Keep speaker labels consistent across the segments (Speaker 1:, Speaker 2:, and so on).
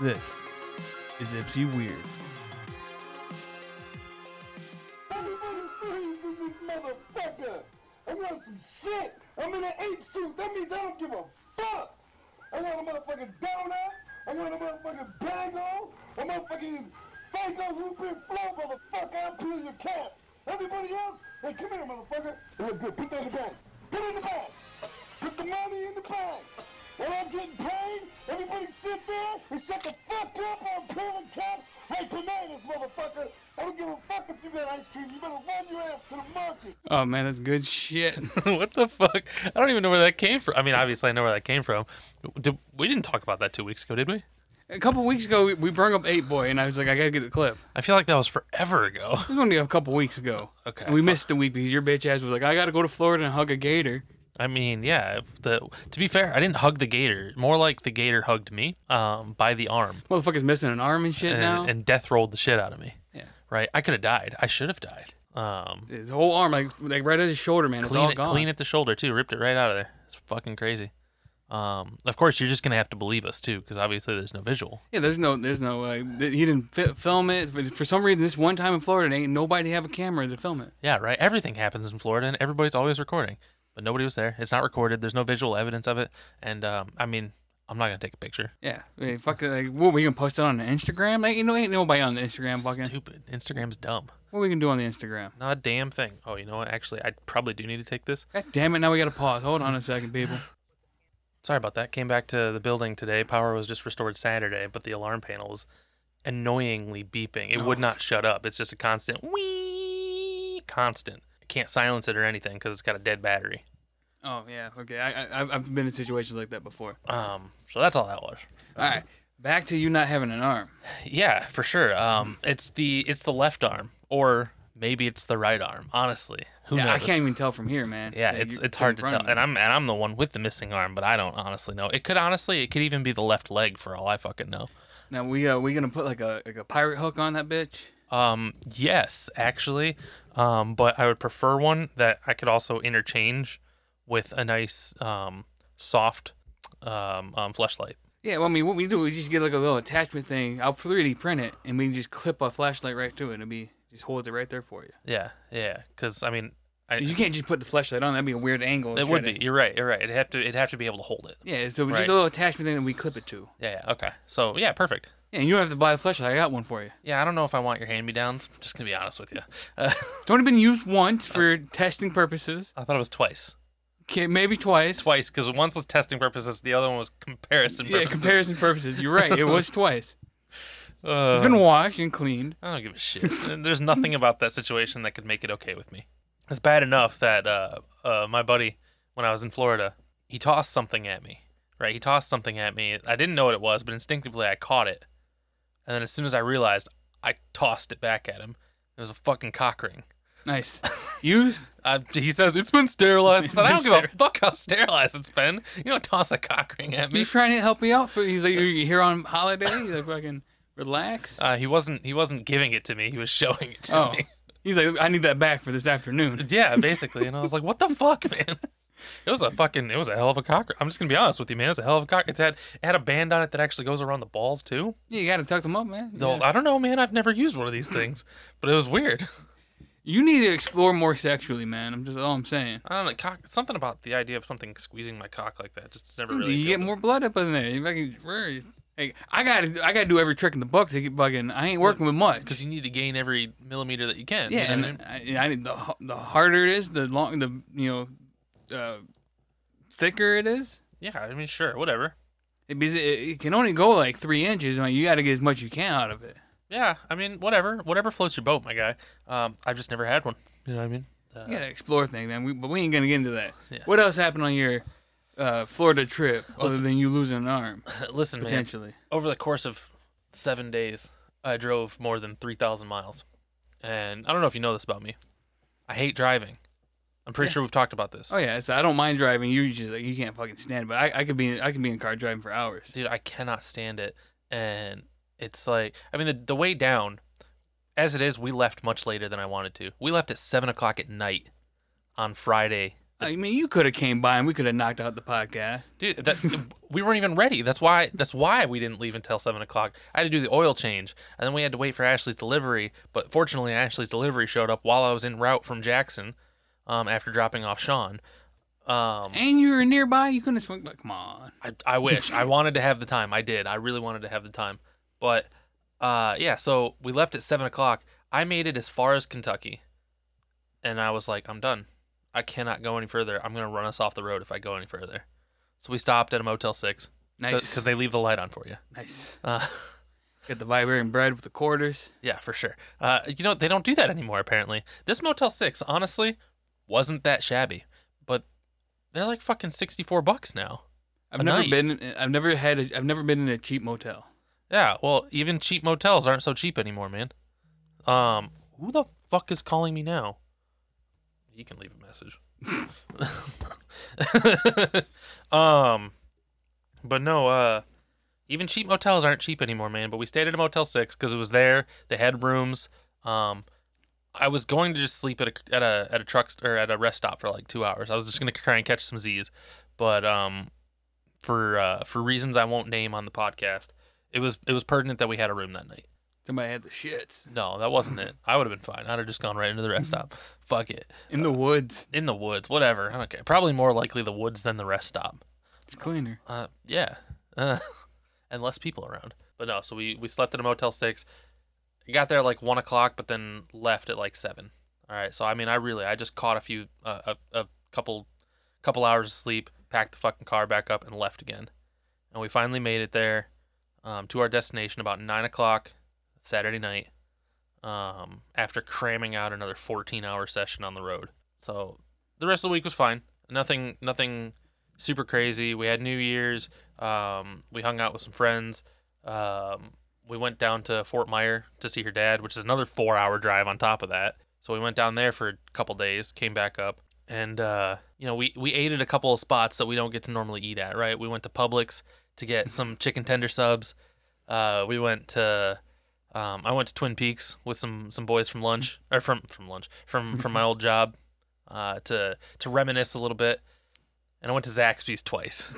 Speaker 1: This is Ipsy Weird.
Speaker 2: this motherfucker. I want some shit. I'm in an ape suit. That means I don't give a fuck. I want a motherfucking donut. I want a motherfucking bagel. A motherfucking Fango Rupert Flow, motherfucker. I'll peel your cap. Everybody else, hey, come here, motherfucker. It look good. Put that in the bag. Put it in the bag. Put the money in the bag. When I'm getting paid, everybody sit there and shut the fuck up on peeling caps like bananas, motherfucker. I don't give a fuck if you got ice cream. You better run your ass to the market.
Speaker 1: Oh man, that's good shit.
Speaker 3: what the fuck? I don't even know where that came from. I mean, obviously, I know where that came from. Did, we didn't talk about that two weeks ago, did we?
Speaker 1: A couple weeks ago, we- we brung up Eight Boy, and I was like, I gotta get the clip.
Speaker 3: I feel like that was forever ago.
Speaker 1: It was only a couple weeks ago.
Speaker 3: Okay,
Speaker 1: And we
Speaker 3: fuck.
Speaker 1: missed the week because your bitch ass was like, I gotta go to Florida and hug a gator.
Speaker 3: I mean, yeah. The to be fair, I didn't hug the gator. More like the gator hugged me um, by the arm
Speaker 1: Motherfucker's missing an arm and shit
Speaker 3: and,
Speaker 1: now.
Speaker 3: and death rolled the shit out of me.
Speaker 1: yeah.
Speaker 3: Right? I could have died. I should have died. Um,
Speaker 1: His whole arm, like like right at his shoulder, man. it's all
Speaker 3: clean, it,
Speaker 1: gone.
Speaker 3: clean at the shoulder too. Ripped it right out of there. It's fucking crazy. Um, of course, you're just gonna have to believe us too, because obviously there's no visual.
Speaker 1: Yeah, there's no, there's no. Uh, th- he didn't fi- film it for, for some reason. This one time in Florida, ain't nobody have a camera to film it.
Speaker 3: Yeah, right. Everything happens in Florida, and everybody's always recording, but nobody was there. It's not recorded. There's no visual evidence of it. And um, I mean, I'm not gonna take a picture.
Speaker 1: Yeah, hey, fuck. it, Like, what we gonna post it on the Instagram? Like, you know, ain't nobody on the Instagram. Fucking,
Speaker 3: Stupid. Instagram's dumb.
Speaker 1: what we can do on the Instagram?
Speaker 3: Not a damn thing. Oh, you know what? Actually, I probably do need to take this.
Speaker 1: God damn it! Now we gotta pause. Hold on a second, people.
Speaker 3: Sorry about that. Came back to the building today. Power was just restored Saturday, but the alarm panel was annoyingly beeping. It would
Speaker 1: Oh.
Speaker 3: not shut up. It's just a constant wee, constant. I can't silence it or anything because it's got a dead battery.
Speaker 1: Oh yeah, okay. I, I I've- I've been in situations like that before.
Speaker 3: Um, so that's all that was.
Speaker 1: All right, back to you not having an arm.
Speaker 3: Yeah, for sure. Um, it's the it's the left arm, or maybe it's the right arm. Honestly, who
Speaker 1: yeah, I
Speaker 3: knows?
Speaker 1: can't even tell from here, man.
Speaker 3: Yeah,
Speaker 1: Like,
Speaker 3: it's
Speaker 1: you're
Speaker 3: it's hard
Speaker 1: in
Speaker 3: to
Speaker 1: front
Speaker 3: tell,
Speaker 1: of me.
Speaker 3: and I'm and I'm the one with the missing arm, but I don't honestly know. It could honestly, it could even be the left leg for all I fucking know.
Speaker 1: now we uh we gonna put like a like a pirate hook on that bitch.
Speaker 3: Um, yes, actually. Um, but I would prefer one that I could also interchange with a nice um, soft um, um, fleshlight.
Speaker 1: Yeah, well, I mean, what we do is just get like a little attachment thing. I'll 3D print it, and we can just clip a flashlight right to it, and it'll be just holds it right there for you.
Speaker 3: Yeah, yeah. Because I mean, I,
Speaker 1: You can't just put the flashlight on; that'd be a weird angle.
Speaker 3: it would be. You're right. You're right. It'd have to. It'd have to be able to hold it.
Speaker 1: Yeah, so it's
Speaker 3: Right.
Speaker 1: just a little attachment thing that we clip it to.
Speaker 3: Yeah. yeah okay. So yeah, perfect.
Speaker 1: Yeah, and you don't have to buy a flashlight. I got one for you.
Speaker 3: Yeah, I don't know if I want your hand-me-downs. Just gonna be honest with you. Uh,
Speaker 1: It's only been used once for testing purposes.
Speaker 3: I thought it was twice.
Speaker 1: Okay, maybe twice.
Speaker 3: Twice, because once was testing purposes, the other one was comparison
Speaker 1: Yeah,
Speaker 3: purposes.
Speaker 1: comparison purposes. You're right. It was twice.
Speaker 3: Uh,
Speaker 1: It's been washed and cleaned.
Speaker 3: I don't give a shit. There's nothing about that situation that could make it okay with me. It's bad enough that uh, uh, my buddy, when I was in Florida, he tossed something at me. Right? He tossed something at me. I didn't know what it was, but instinctively I caught it. And then as soon as I realized, I tossed it back at him. It was a fucking cock ring.
Speaker 1: Nice. Used?
Speaker 3: Uh, he says it's been sterilized. I said, I don't
Speaker 1: It's
Speaker 3: give
Speaker 1: been
Speaker 3: a fuck how sterilized it's been. You don't toss a cock ring at me.
Speaker 1: He's trying to help me out. For, he's like, "Are you here on holiday? He's like, fucking relax.
Speaker 3: Uh, he wasn't. He wasn't giving it to me. He was showing it to
Speaker 1: Oh.
Speaker 3: me.
Speaker 1: He's like, I need that back for this afternoon.
Speaker 3: Yeah, basically. And I was like, what the fuck, man? It was a fucking, it was a hell of a cock. I'm just gonna be honest with you, man. It was a hell of a cock. It's had, it had a band on it that actually goes around the balls too.
Speaker 1: Yeah, you gotta tuck them up, man. You,
Speaker 3: Though
Speaker 1: gotta-
Speaker 3: I don't know, man. I've never used one of these things, but it was weird.
Speaker 1: you need to explore more sexually, man. I'm just all I'm saying.
Speaker 3: I don't know, cock. Something about the idea of something squeezing my cock like that just never really.
Speaker 1: you get
Speaker 3: appealed
Speaker 1: more blood up in there. You fucking, where- hey, I gotta, I gotta do every trick in the book to get fucking. I ain't working with much.
Speaker 3: to me. 'Cause you need to gain every millimeter that you can. you
Speaker 1: yeah,
Speaker 3: know
Speaker 1: and
Speaker 3: what I mean?
Speaker 1: I, I, need the h- the harder it is, the long, the you know, uh, thicker it is.
Speaker 3: yeah. I mean, sure, whatever.
Speaker 1: It, because it, it can only go like three inches. Like you gotta get as much you can out of it.
Speaker 3: Yeah, I mean, whatever, whatever floats your boat, my guy. Um, I've just never had one. You know what I mean? Uh,
Speaker 1: You gotta explore things, man. We, but we ain't gonna get into that.
Speaker 3: Yeah.
Speaker 1: What else happened on your uh, Florida trip other than you losing an arm
Speaker 3: Listen, man.
Speaker 1: potentially?
Speaker 3: over the course of seven days, I drove more than 3,000 miles. And I don't know if you know this about me. I hate driving. I'm pretty sure we've talked about this.
Speaker 1: Oh yeah, so I don't mind driving. You just like you can't fucking stand, it, but I, I could be I could be in car driving for hours.
Speaker 3: Dude, I cannot stand it. And it's like, I mean, the, the way down, as it is, we left much later than I wanted to. We left at 7 o'clock at night on Friday
Speaker 1: I mean, you could have came by and we could have knocked out the podcast.
Speaker 3: Dude, that, we weren't even ready. That's why. That's why we didn't leave until seven o'clock. I had to do the oil change, and then we had to wait for Ashley's delivery. But fortunately, Ashley's delivery showed up while I was en route from Jackson, um, after dropping off Sean. Um,
Speaker 1: And you were nearby. You couldn't have swung. But come on.
Speaker 3: I, I wish I wanted to have the time. I did. I really wanted to have the time, but uh, yeah. So we left at seven o'clock. I made it as far as Kentucky, and I was like, I'm done. I cannot go any further. I'm gonna run us off the road if I go any further. So we stopped at a Motel Six because
Speaker 1: Nice.
Speaker 3: they leave the light on for you.
Speaker 1: nice.
Speaker 3: Uh,
Speaker 1: Got the Vibarian bread with the quarters.
Speaker 3: yeah, for sure. Uh, you know they don't do that anymore. Apparently, this Motel Six honestly wasn't that shabby, but they're like fucking sixty four bucks now.
Speaker 1: I've
Speaker 3: A
Speaker 1: never
Speaker 3: night.
Speaker 1: been. I've never had. A, I've never been in a cheap motel.
Speaker 3: Yeah, well, even cheap motels aren't so cheap anymore, man. Um, who the fuck is calling me now? You can leave a message. um, but no, uh, even cheap motels aren't cheap anymore, man. But we stayed at a Motel Six because it was there. They had rooms. Um, I was going to just sleep at a at a at a truck st- or at a rest stop for like two hours. I was just gonna try and catch some Z's, but um, for uh, for reasons I won't name on the podcast, it was it was pertinent that we had a room that night.
Speaker 1: Somebody had the shits
Speaker 3: No, that wasn't it. I would have been fine. I'd have just gone right into the rest stop. Fuck it.
Speaker 1: in the woods.
Speaker 3: In the woods, whatever. I don't care. Probably more likely the woods than the rest stop.
Speaker 1: It's cleaner.
Speaker 3: Uh, yeah. Uh, and less people around. But no, so we we slept at a Motel Six. Got there at like one o'clock, but then left at like seven. All right. So I mean, I really I just caught a few uh, a a couple couple hours of sleep, packed the fucking car back up, and left again. And we finally made it there um, to our destination about nine o'clock Saturday night. Um, after cramming out another fourteen hour session on the road. So the rest of the week was fine. Nothing nothing super crazy. We had New Year's. Um, we hung out with some friends. Um, we went down to Fort Myer to see her dad, which is another four hour drive on top of that. So we went down there for a couple days, came back up, and uh, you know we we ate at a couple of spots that we don't get to normally eat at. Right? We went to Publix to get some chicken tender subs. Uh, we went to um, I went to Twin Peaks with some some boys from lunch or from from lunch from from my old job uh, to to reminisce a little bit and I went to Zaxby's twice.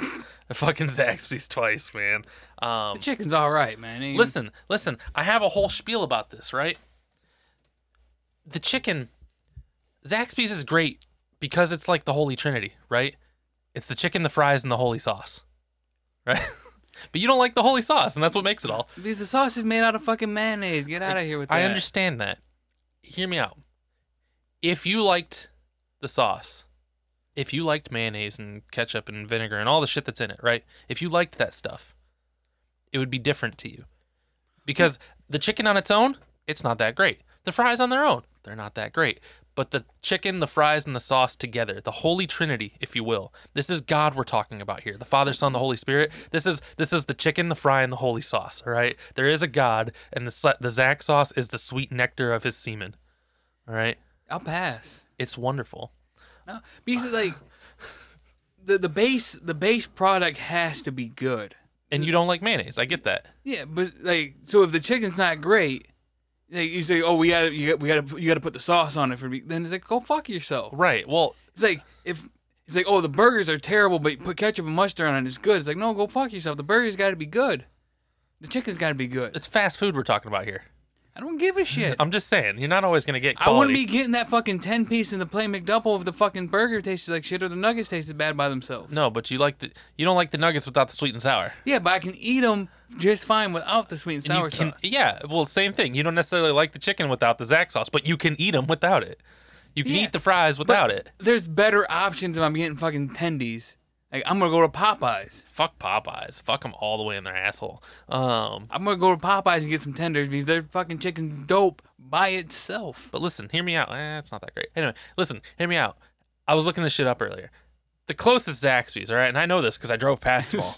Speaker 3: I fucking Zaxby's twice, man. Um,
Speaker 1: The chicken's all right, man. Ain't-
Speaker 3: listen, listen. I have a whole spiel about this, right? The chicken, Zaxby's is great because it's like the Holy Trinity, right? It's the chicken, the fries, and the holy sauce, right? but you don't like the holy sauce, and that's what makes it all.
Speaker 1: These the sauces made out of fucking mayonnaise. Get out of here with that.
Speaker 3: I understand that. Hear me out. If you liked the sauce, if you liked mayonnaise and ketchup and vinegar and all the shit that's in it, right? If you liked that stuff, it would be different to you. Because the chicken on its own, it's not that great. The fries on their own, they're not that great. But the chicken, the fries, and the sauce together, the Holy Trinity, if you will. This is God we're talking about here. The Father, Son, the Holy Spirit. This is this is the chicken, the fry, and the holy sauce, all right? There is a God, and the sa- the Zach sauce is the sweet nectar of his semen. All right?
Speaker 1: I'll pass.
Speaker 3: It's wonderful.
Speaker 1: No, because it's like the the base the base product has to be good.
Speaker 3: And you don't like mayonnaise. I get that.
Speaker 1: Yeah, but like so if the chicken's not great. Like you say, oh, we gotta, you gotta, we gotta, you gotta put the sauce on it for me. Then it's like, go fuck yourself.
Speaker 3: Right. Well,
Speaker 1: It's like if it's like, oh, the burgers are terrible, but you put ketchup and mustard on it, it's good. It's like, no, go fuck yourself. The burgers got to be good. The chicken's got to be good.
Speaker 3: it's fast food we're talking about here.
Speaker 1: I don't give a shit.
Speaker 3: I'm just saying, you're not always going to get
Speaker 1: I
Speaker 3: quality.
Speaker 1: wouldn't be getting that fucking ten piece in the plain McDouble if the fucking burger tasted like shit or the nuggets tasted bad by themselves.
Speaker 3: No, but you like the you don't like the nuggets without the sweet and sour.
Speaker 1: Yeah, but I can eat them just fine without the sweet and
Speaker 3: And
Speaker 1: sour
Speaker 3: you can-
Speaker 1: sauce.
Speaker 3: Yeah, well, same thing. You don't necessarily like the chicken without the Zack sauce, but you can eat them without it. You can
Speaker 1: Yeah,
Speaker 3: eat the fries without it.
Speaker 1: There's better options if I'm getting fucking tendies. Like I'm gonna go to Popeyes.
Speaker 3: Fuck Popeyes. Fuck them all the way in their asshole. Um,
Speaker 1: I'm gonna go to Popeyes and get some tenders because their fucking chicken's dope by itself.
Speaker 3: but listen, hear me out. Eh, it's not that great. Anyway, listen, hear me out. I was looking this shit up earlier. The closest Zaxby's, all right, and I know this because I drove past them all.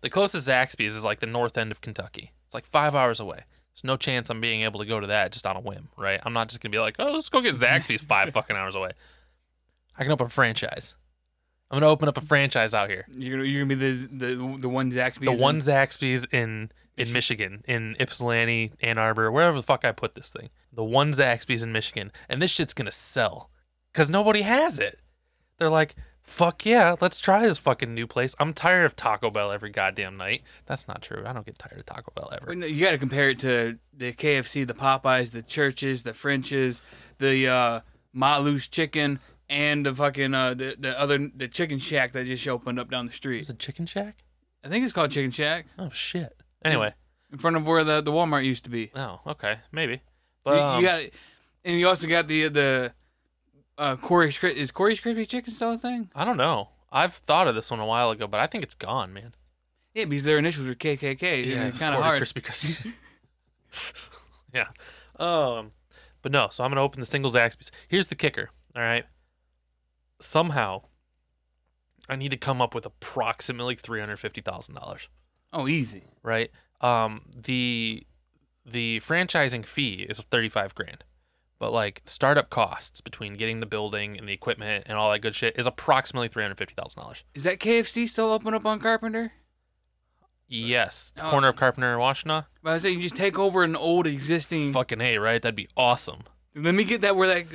Speaker 3: the closest Zaxby's is like the north end of Kentucky. It's like five hours away. There's no chance I'm being able to go to that just on a whim, right? I'm not just gonna be like, oh, let's go get Zaxby's five fucking hours away. I can open a franchise. I'm gonna open up a franchise out here.
Speaker 1: You're gonna, you're gonna be the the the one Zaxby's.
Speaker 3: The
Speaker 1: in-
Speaker 3: one Zaxby's in in Michigan, in Ypsilanti, Ann Arbor, wherever the fuck I put this thing. The one Zaxby's in Michigan, and this shit's gonna sell, cause nobody has it. They're like, fuck yeah, let's try this fucking new place. I'm tired of Taco Bell every goddamn night. That's not true. I don't get tired of Taco Bell ever.
Speaker 1: Well, no, You got to compare it to the KFC, the Popeyes, the Churches, the Frenches, the uh, Malu's Chicken, and the fucking uh, the the other the Chicken Shack that just opened up down the
Speaker 3: Is
Speaker 1: street.
Speaker 3: it Chicken Shack?
Speaker 1: I think it's called Chicken Shack
Speaker 3: Oh shit. Anyway,
Speaker 1: in front of where the, the Walmart used to be.
Speaker 3: oh okay, maybe.
Speaker 1: So
Speaker 3: But
Speaker 1: you-
Speaker 3: um,
Speaker 1: you got, and you also got the the uh, Corey's Cri- is Corey's crispy chicken still a thing?
Speaker 3: I don't know. I've thought of this one a while ago, but I think it's gone, man.
Speaker 1: Yeah, because their initials were KKK. Yeah, it's kind of hard.
Speaker 3: Crispy, crispy. yeah. Um, but no. So I'm gonna open the singles axis. Here's the kicker. All right. Somehow, I need to come up with approximately three hundred fifty thousand dollars.
Speaker 1: Oh, easy.
Speaker 3: Right. Um. The the franchising fee is thirty five grand, but like startup costs between getting the building and the equipment and all that good shit is approximately three hundred fifty thousand dollars.
Speaker 1: Is that KFC still open up on Carpenter?
Speaker 3: Yes. The
Speaker 1: Oh.
Speaker 3: corner of Carpenter and Washtenaw.
Speaker 1: But I was saying you just take over an old existing.
Speaker 3: Fucking a right. That'd be awesome.
Speaker 1: Let me get that where that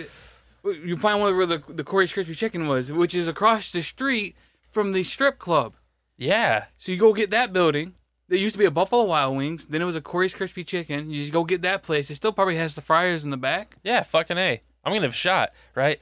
Speaker 1: you find one where the the Corey's Crispy Chicken was, which is across the street from the strip club.
Speaker 3: Yeah.
Speaker 1: So you go get that building. There used to be a Buffalo Wild Wings. Then it was a Corey's Crispy Chicken. You just go get that place. It still probably has the fryers in the back.
Speaker 3: Yeah, fucking A. I'm gonna have a shot, right?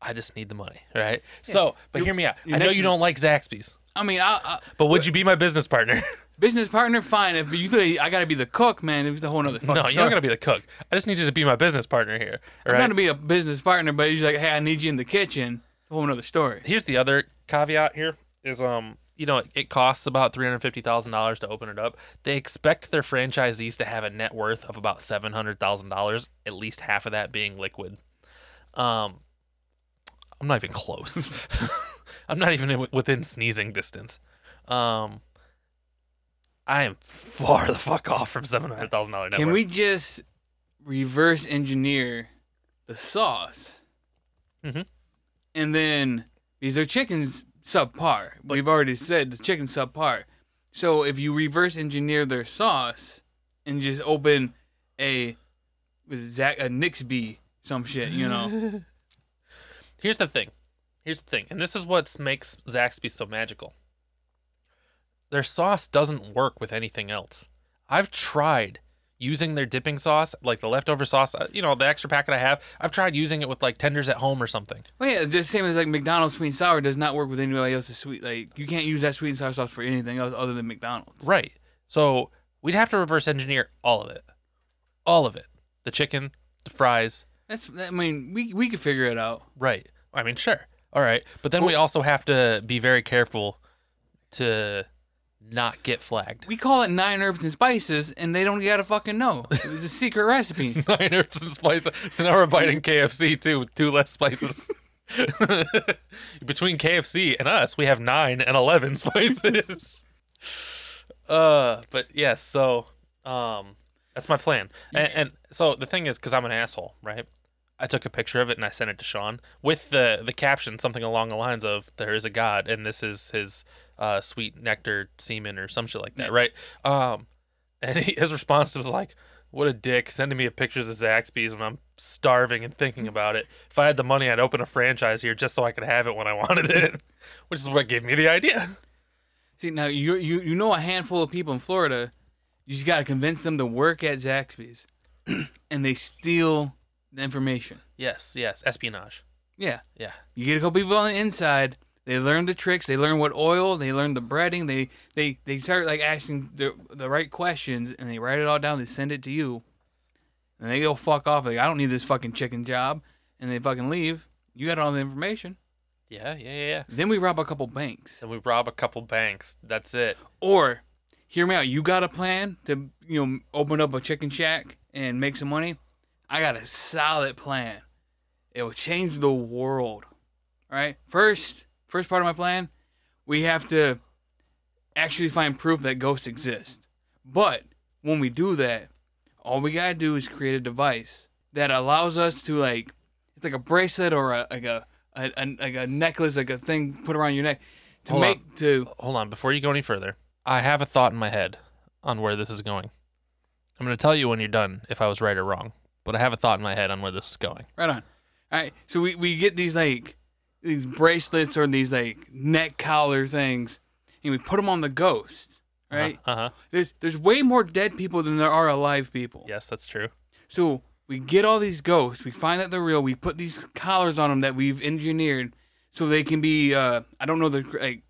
Speaker 3: I just need the money, right? So, but hear me out.
Speaker 1: you
Speaker 3: I know
Speaker 1: know
Speaker 3: you
Speaker 1: she-
Speaker 3: don't like Zaxby's,
Speaker 1: I mean, I, I,
Speaker 3: but would you be my business partner?
Speaker 1: business partner, fine. If you think I gotta be the cook, man, it was a whole nother fucking
Speaker 3: no, you're not
Speaker 1: story.
Speaker 3: gonna be the cook. I just need you to be my business partner here,
Speaker 1: I'm
Speaker 3: right?
Speaker 1: not gonna be a business partner, but he's like, hey, I need you in the kitchen. It's a whole nother story.
Speaker 3: Here's the other caveat. Here is um. You know, it- it costs about three hundred fifty thousand dollars to open it up. They expect their franchisees to have a net worth of about seven hundred thousand dollars, at least half of that being liquid. Um, I'm not even close. I'm not even in- within sneezing distance. Um, I am far the fuck off from seven hundred thousand dollars.
Speaker 1: Can we just reverse engineer the sauce?
Speaker 3: Mhm.
Speaker 1: And then because their chicken's subpar. We've already said the chicken's subpar. So if you reverse engineer their sauce and just open a was it Zach a Nixby some shit, you know.
Speaker 3: Here's the thing. Here's the thing. And this is what makes Zaxby so magical. Their sauce doesn't work with anything else. I've tried using their dipping sauce, like the leftover sauce, uh, you know, the extra packet I have. I've tried using it with like tenders at home or something.
Speaker 1: well yeah, just same as like McDonald's sweet and sour does not work with anybody else's sweet like you can't use that sweet and sour sauce for anything else other than McDonald's.
Speaker 3: Right. So we'd have to reverse engineer all of it. All of it. The chicken, the fries.
Speaker 1: That's I mean, we we could figure it out.
Speaker 3: Right. I mean, sure. All right. But then we also have to be very careful to not get flagged.
Speaker 1: We call it nine herbs and spices, and they don't gotta fucking know. It's a secret recipe.
Speaker 3: nine herbs and spices. So now we're biting KFC too with two less spices. Between KFC and us, we have nine and eleven spices. uh, but yes, so um, that's my plan. And, and so the thing is, because I'm an asshole, right? I took a picture of it and I sent it to Sean with the the caption, something along the lines of "There is a God and this is his uh, sweet nectar semen or some shit like that," right? Um, and he, his response was like, "What a dick! Sending me pictures of Zaxby's and I'm starving and thinking about it. If I had the money, I'd open a franchise here just so I could have it when I wanted it." Which is what gave me the idea.
Speaker 1: See, now you you you know a handful of people in Florida, you just gotta convince them to work at Zaxby's, and they steal the information.
Speaker 3: Yes, yes, espionage.
Speaker 1: Yeah,
Speaker 3: Yeah,
Speaker 1: you get a couple people on the inside. They learn the tricks. They learn what oil. They learn the breading. They they they start like asking the the right questions, and they write it all down. They send it to you, and they go fuck off. Like I don't need this fucking chicken job, and they fucking leave. You got all the information.
Speaker 3: yeah, yeah, yeah. yeah.
Speaker 1: Then we rob a couple banks.
Speaker 3: Then we rob a couple banks. That's it.
Speaker 1: Or, hear me out. You got a plan to you know open up a chicken shack and make some money. I got a solid plan. It will change the world. All right. First, first part of my plan, we have to actually find proof that ghosts exist. But when we do that, all we gotta do is create a device that allows us to like, it's like a bracelet or a like a, a, a like a necklace, like a thing put around your neck to
Speaker 3: Hold on.
Speaker 1: make to
Speaker 3: Hold on, before you go any further, I have a thought in my head on where this is going. I'm going to tell you when you're done if I was right or wrong, but I have a thought in my head on where this is going.
Speaker 1: Right on. All right. So we, we get these like these bracelets or these like neck collar things, and we put them on the ghost. Right?
Speaker 3: Uh huh.
Speaker 1: There's there's way more dead people than there are alive people.
Speaker 3: Yes, that's true.
Speaker 1: So we get all these ghosts. We find that they're real. We put these collars on them that we've engineered so they can be. Uh, I don't know the like.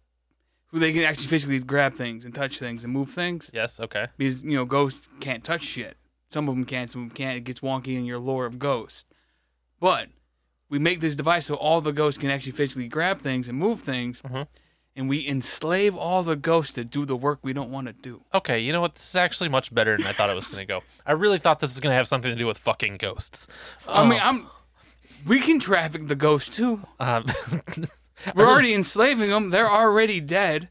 Speaker 1: who They can actually physically grab things and touch things and move things
Speaker 3: Yes. Okay.
Speaker 1: because you know ghosts can't touch shit. Some of them can, some of them can't. It gets wonky in your lore of ghosts. But we make this device so all the ghosts can actually physically grab things and move things,
Speaker 3: Mhm.
Speaker 1: and we enslave all the ghosts to do the work we don't want to do.
Speaker 3: Okay. You know what? This is actually much better than I thought it was gonna go. I really thought this was gonna have something to do with fucking ghosts.
Speaker 1: I mean,
Speaker 3: Uh,
Speaker 1: I'm. We can traffic the ghosts too.
Speaker 3: um,
Speaker 1: We're already enslaving them. They're already dead.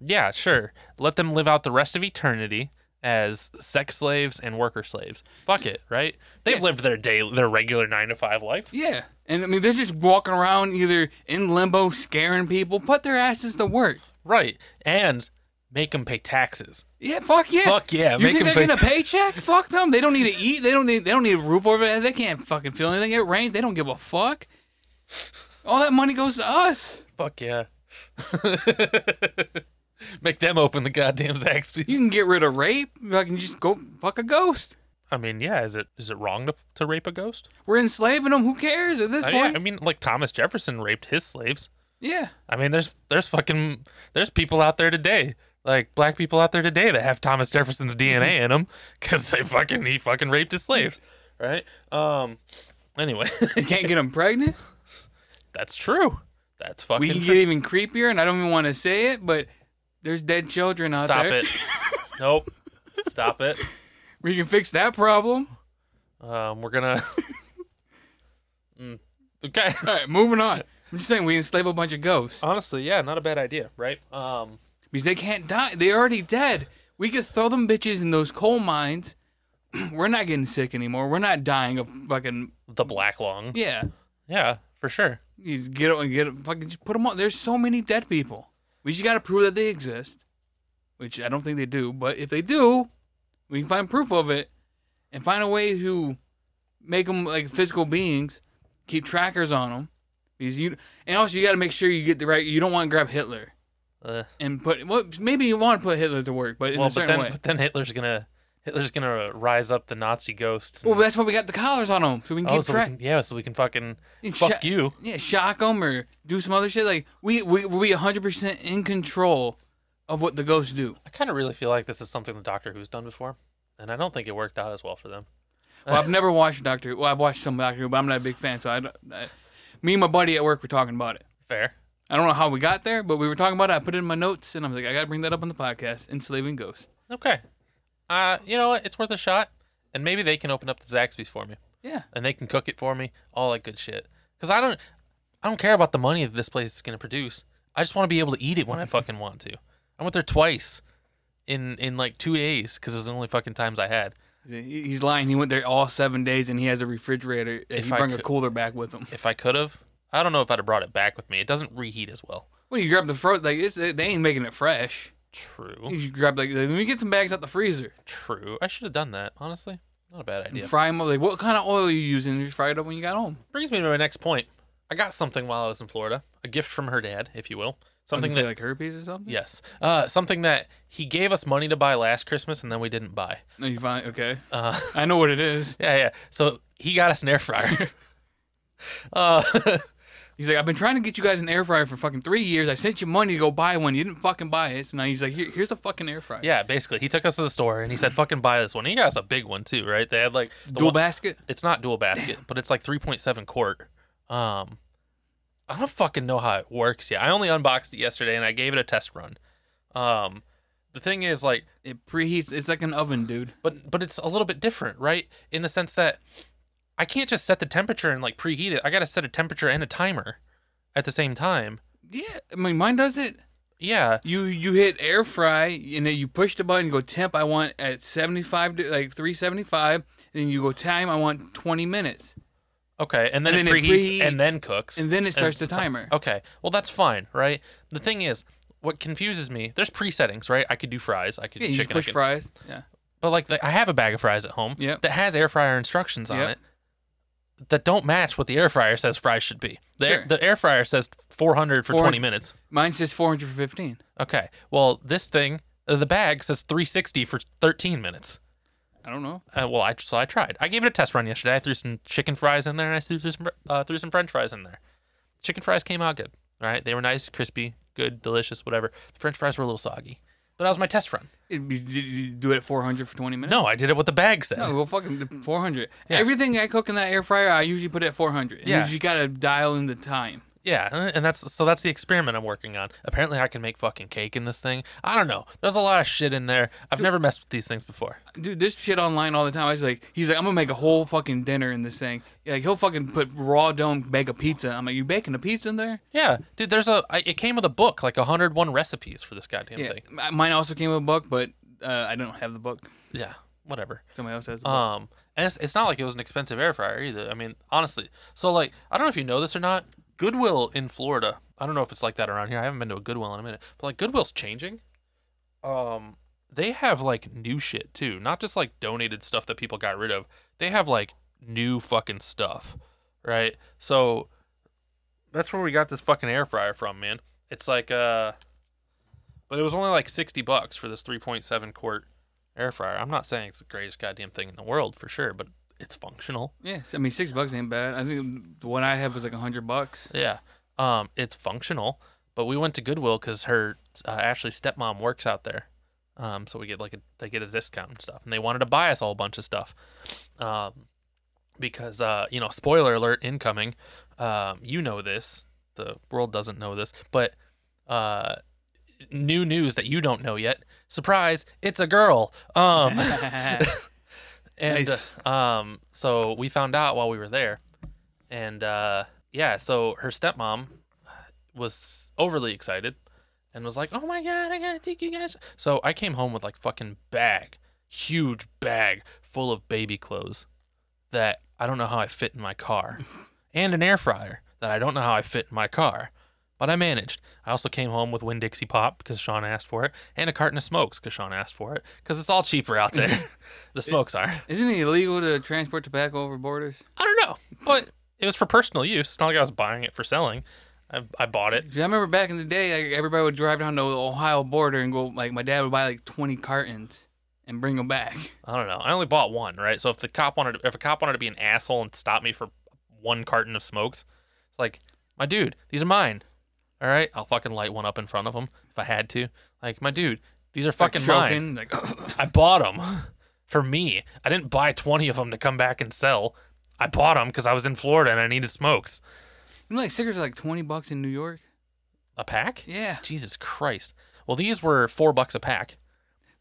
Speaker 3: yeah, sure. Let them live out the rest of eternity as sex slaves and worker slaves. Fuck it, right? They've
Speaker 1: Yeah.
Speaker 3: lived their day, their regular nine to five life.
Speaker 1: Yeah. And I mean, they're just walking around either in limbo, scaring people. Put their asses to work.
Speaker 3: Right. And make them pay taxes.
Speaker 1: Yeah, fuck yeah.
Speaker 3: Fuck yeah,
Speaker 1: You
Speaker 3: make
Speaker 1: think
Speaker 3: 'em
Speaker 1: they're
Speaker 3: pay
Speaker 1: getting a paycheck? Fuck them. They don't need to eat. They don't need. They don't need a roof over their head. They can't fucking feel anything. It rains. They don't give a fuck. All that money goes to us.
Speaker 3: Fuck yeah. Make them open the goddamn Zaxby's.
Speaker 1: You can get rid of rape. I can just go fuck a ghost.
Speaker 3: I mean, yeah, is it is it wrong to, to rape a ghost?
Speaker 1: We're enslaving them. Who cares at this
Speaker 3: Uh, I,
Speaker 1: point?
Speaker 3: Oh, I mean, like Thomas Jefferson raped his slaves.
Speaker 1: yeah.
Speaker 3: I mean, there's there's fucking there's people out there today, like black people out there today that have Thomas Jefferson's
Speaker 1: Mm-hmm.
Speaker 3: DNA in them because they fucking he fucking raped his slaves, right? Um, anyway,
Speaker 1: You can't get them pregnant.
Speaker 3: that's true. That's fucking.
Speaker 1: We can
Speaker 3: true.
Speaker 1: get even creepier, and I don't even want to say it, but there's dead children out
Speaker 3: Stop
Speaker 1: there.
Speaker 3: it. nope. Stop it.
Speaker 1: We can fix that problem.
Speaker 3: Um, we're gonna. Mm, Okay.
Speaker 1: All right, moving on. I'm just saying we enslave a bunch of ghosts
Speaker 3: Honestly, yeah, not a bad idea, right? Um,
Speaker 1: because they can't die. They're already dead. We could throw them bitches in those coal mines. We're not getting sick anymore. We're not dying of fucking
Speaker 3: the black lung.
Speaker 1: yeah.
Speaker 3: Yeah, for sure.
Speaker 1: You just get and get fucking just put them on. There's so many dead people. We just gotta prove that they exist, which I don't think they do. But if they do, we can find proof of it and find a way to make them like physical beings. Keep trackers on them because you and also you gotta make sure you get the right. You don't want to grab Hitler
Speaker 3: Uh,
Speaker 1: and put. Well, maybe you want to put Hitler to work, but in
Speaker 3: well,
Speaker 1: a
Speaker 3: but
Speaker 1: certain
Speaker 3: then,
Speaker 1: way.
Speaker 3: but then Hitler's gonna Hitler's gonna rise up the Nazi ghosts.
Speaker 1: Well,
Speaker 3: and-
Speaker 1: that's why we got the collars on them, so we can
Speaker 3: oh,
Speaker 1: keep
Speaker 3: so we
Speaker 1: track.
Speaker 3: can, yeah, so we can fucking
Speaker 1: And
Speaker 3: fuck
Speaker 1: shot-
Speaker 3: you.
Speaker 1: Yeah, shock them or do some other shit. Like we we we 100% in control of what the ghosts do.
Speaker 3: I kind of really feel like this is something the Doctor Who's done before, and I don't think it worked out as well for them.
Speaker 1: Well, I've never watched Doctor. Who. Well, I've watched some Doctor, Who, but I'm not a big fan. So I, don't- I- me and my buddy at work were talking about it.
Speaker 3: Fair.
Speaker 1: I don't know how we got there, but we were talking about it. I put it in my notes, and I'm like, I gotta bring that up on the podcast. Enslaving ghosts.
Speaker 3: Okay. Uh, you know what? It's worth a shot, and maybe they can open up the Zaxby's for me.
Speaker 1: Yeah,
Speaker 3: and they can cook it for me, all that good shit. Cause I don't, I don't care about the money that this place is gonna produce. I just want to be able to eat it when I fucking want to. I went there twice, in in like two days, cause it was the only fucking times I had.
Speaker 1: He- he's lying. He went there all seven days, and he has a refrigerator. If
Speaker 3: If
Speaker 1: he
Speaker 3: I
Speaker 1: bring a
Speaker 3: could-
Speaker 1: cooler back with him.
Speaker 3: If I could have, I don't know if I'd have brought it back with me. It doesn't reheat as well.
Speaker 1: Well, you grab the fro. Like it's, they ain't making it fresh.
Speaker 3: True,
Speaker 1: You should grab like let me get some bags out the freezer.
Speaker 3: true. I should have done that. Honestly, not a bad
Speaker 1: and
Speaker 3: idea.
Speaker 1: fry 'em up. Like, what kind of oil are you using? You fry it up when you got home.
Speaker 3: Brings me to my next point. I got something while I was in Florida, a gift from her dad, if you will. Something
Speaker 1: Does it
Speaker 3: that
Speaker 1: say, like herpes or something.
Speaker 3: yes, uh, something that he gave us money to buy last Christmas, and then we didn't buy.
Speaker 1: No, you find okay.
Speaker 3: Uh,
Speaker 1: I know what it is.
Speaker 3: Yeah, yeah. So he got us an air fryer. uh,
Speaker 1: He's like, I've been trying to get you guys an air fryer for fucking three years. I sent you money to go buy one. You didn't fucking buy it. So now he's like, Here, here's a fucking air fryer.
Speaker 3: yeah, basically, he took us to the store and he said, "Fucking buy this one." He got us a big one too, right? They had like the
Speaker 1: Dual
Speaker 3: one-
Speaker 1: basket.
Speaker 3: It's not dual basket, but it's like 3.7 quart. Um, I don't fucking know how it works yet. I only unboxed it yesterday and I gave it a test run. Um, the thing is, like,
Speaker 1: It preheats. It's like an oven, dude.
Speaker 3: but but it's a little bit different, right? In the sense that I can't just set the temperature and like preheat it. I got to set a temperature and a timer at the same time.
Speaker 1: Yeah, I mean, mine does it.
Speaker 3: Yeah,
Speaker 1: You you hit air fry and then you push the button. Go temp. I want at seventy five, like three seventy five. And then you go time. I want twenty minutes.
Speaker 3: Okay, and then,
Speaker 1: And
Speaker 3: it,
Speaker 1: then it
Speaker 3: preheats, and
Speaker 1: preheats,
Speaker 3: then cooks,
Speaker 1: and then it starts the
Speaker 3: it's a time-
Speaker 1: timer.
Speaker 3: Okay, well that's fine, right? The thing is, what confuses me, there's presettings, right? I could do fries, I could
Speaker 1: Yeah,
Speaker 3: do
Speaker 1: you
Speaker 3: chicken,
Speaker 1: just
Speaker 3: I
Speaker 1: push
Speaker 3: could-
Speaker 1: fries. Yeah.
Speaker 3: but like the, I have a bag of fries at home
Speaker 1: Yep.
Speaker 3: that has air fryer instructions on
Speaker 1: Yep.
Speaker 3: it. that don't match what the air fryer says fries should be. The,
Speaker 1: Sure.
Speaker 3: the air fryer says 400 for 20
Speaker 1: 400.
Speaker 3: minutes.
Speaker 1: Mine says 415.
Speaker 3: Okay. Well, this thing, uh, the bag says 360 for 13 minutes.
Speaker 1: I don't know.
Speaker 3: Uh, well, I so I tried. I gave it a test run yesterday. I threw some chicken fries in there, and I threw, threw some uh, threw some French fries in there. Chicken fries came out good. All right, they were nice, crispy, good, delicious, whatever. The French fries were a little soggy, but that was my test run.
Speaker 1: It'd be- Did you do it at 400 for 20 minutes?
Speaker 3: No, I did it what the bag said.
Speaker 1: No, well, fucking 400.
Speaker 3: Yeah.
Speaker 1: Everything I cook in that air fryer, I usually put it at 400. And
Speaker 3: Yeah.
Speaker 1: You just gotta dial in the time.
Speaker 3: Yeah, uh, and that's so that's the experiment I'm working on. Apparently, I can make fucking cake in this thing. I don't know. There's a lot of shit in there. I've never messed with these things before.
Speaker 1: Dude, this shit online all the time. I was like, he's like, I'm gonna make a whole fucking dinner in this thing. Yeah, like, he'll fucking put raw dough, bake a pizza. I'm like, you baking a pizza in there?
Speaker 3: Yeah, dude. There's a. I, it came with a book, like 101 recipes for this goddamn
Speaker 1: Yeah.
Speaker 3: thing.
Speaker 1: M- Mine also came with a book, but uh, I don't have the book.
Speaker 3: Yeah, whatever.
Speaker 1: Somebody else has the book.
Speaker 3: Um, and it's, it's not like it was an expensive air fryer either. I mean, honestly. So like, I don't know if you know this or not. Goodwill in Florida. I don't know if it's like that around here. I haven't been to a Goodwill in a minute. But like, Goodwill's changing. Um, they have like new shit too. Not just like donated stuff that people got rid of. They have like new fucking stuff, right? So that's where we got this fucking air fryer from, man. It's like uh, but it was only like sixty bucks for this three point seven quart air fryer. I'm not saying it's the greatest goddamn thing in the world for sure, but it's functional.
Speaker 1: yeah, so, I mean, six bucks ain't bad. I think the one I have was like a 100 bucks.
Speaker 3: Yeah. Um, it's functional. But we went to Goodwill because her uh, Ashley's stepmom works out there, um, so we get like a, they get a discount and stuff, and they wanted to buy us all a bunch of stuff, um, because uh, you know, spoiler alert incoming, um, you know this, the world doesn't know this, but uh, new news that you don't know yet, surprise, it's a girl. Um, And
Speaker 1: Nice.
Speaker 3: uh, um, so we found out while we were there, and uh, yeah, so her stepmom was overly excited and was like, "Oh my god, I gotta take you guys!" So I came home with like fucking bag, huge bag full of baby clothes that I don't know how I fit in my car, and an air fryer that I don't know how I fit in my car. But I managed. I also came home with Winn Dixie Pop because Sean asked for it, and a carton of smokes because Sean asked for it, because it's all cheaper out there. the smokes are.
Speaker 1: Isn't it illegal to transport tobacco over borders?
Speaker 3: I don't know, but it was for personal use. It's not like I was buying it for selling. I, I bought it.
Speaker 1: 'Cause I remember back in the day, like, everybody would drive down to the Ohio border and go, like, my dad would buy like 20 cartons and bring them back.
Speaker 3: I don't know. I only bought one, right? So if the cop wanted, if a cop wanted to be an asshole and stop me for one carton of smokes, it's like, my dude, these are mine. All right, I'll fucking light one up in front of him if I had to. Like, my dude, these are fucking
Speaker 1: choking,
Speaker 3: mine.
Speaker 1: like,
Speaker 3: I bought them for me. I didn't buy twenty of them to come back and sell. I bought them because I was in Florida and I needed smokes.
Speaker 1: You know, like cigarettes are like twenty bucks in New York.
Speaker 3: A pack?
Speaker 1: Yeah,
Speaker 3: Jesus Christ. Well, these were four bucks a pack.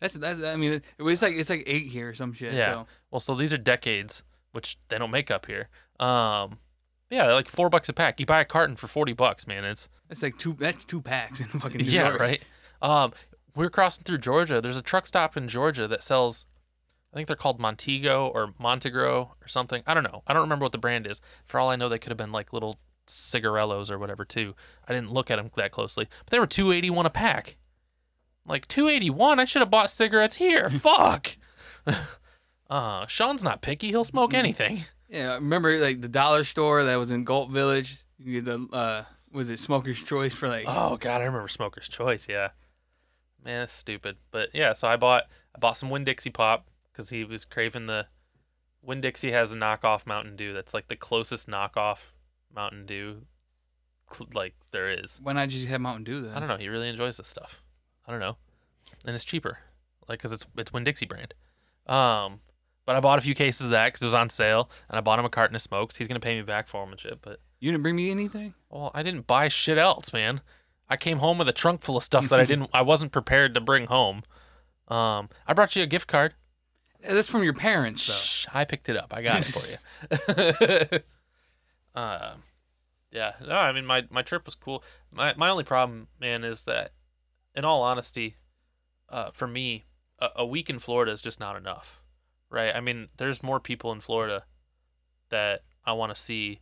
Speaker 1: that's that. I mean, it was like it's like eight here or some shit.
Speaker 3: Yeah.
Speaker 1: So
Speaker 3: Well, so these are decades, which they don't make up here. Um, yeah, like four bucks a pack. You buy a carton for forty bucks, man. It's
Speaker 1: that's like two. That's two packs in fucking New
Speaker 3: yeah,
Speaker 1: York.
Speaker 3: right. Um, we're crossing through Georgia. There's a truck stop in Georgia that sells. I think they're called Montego or Montegro or something. I don't know. I don't remember what the brand is. For all I know, they could have been like little cigarellos or whatever too. I didn't look at them that closely, but they were two eighty one a pack. I'm Like two eighty one, I should have bought cigarettes here. Fuck. uh, Sean's not picky. He'll smoke anything.
Speaker 1: Yeah, I remember like the dollar store that was in Galt Village. You get the uh, was it Smoker's Choice for like
Speaker 3: Oh god, I remember Smoker's Choice. Yeah, man, it's stupid. But yeah, so I bought I bought some Winn Dixie pop because he was craving the. Winn Dixie has a knockoff Mountain Dew that's like the closest knockoff Mountain Dew, cl- like there is.
Speaker 1: why not just have Mountain Dew then?
Speaker 3: I don't know. He really enjoys this stuff. I don't know, and it's cheaper, like because it's it's Winn Dixie brand. Um, but I bought a few cases of that because it was on sale, and I bought him a carton of smokes. He's gonna pay me back for them and shit, but.
Speaker 1: You didn't bring me anything.
Speaker 3: Well, I didn't buy shit else, man. I came home with a trunk full of stuff that I didn't I wasn't prepared to bring home. Um, I brought you a gift card.
Speaker 1: Eh, That's from your parents though.
Speaker 3: Shh, I picked it up. I got it for you. uh, yeah. No, I mean my, my trip was cool. My my only problem, man, is that in all honesty, uh, for me, a, a week in Florida is just not enough. Right? I mean, there's more people in Florida that I want to see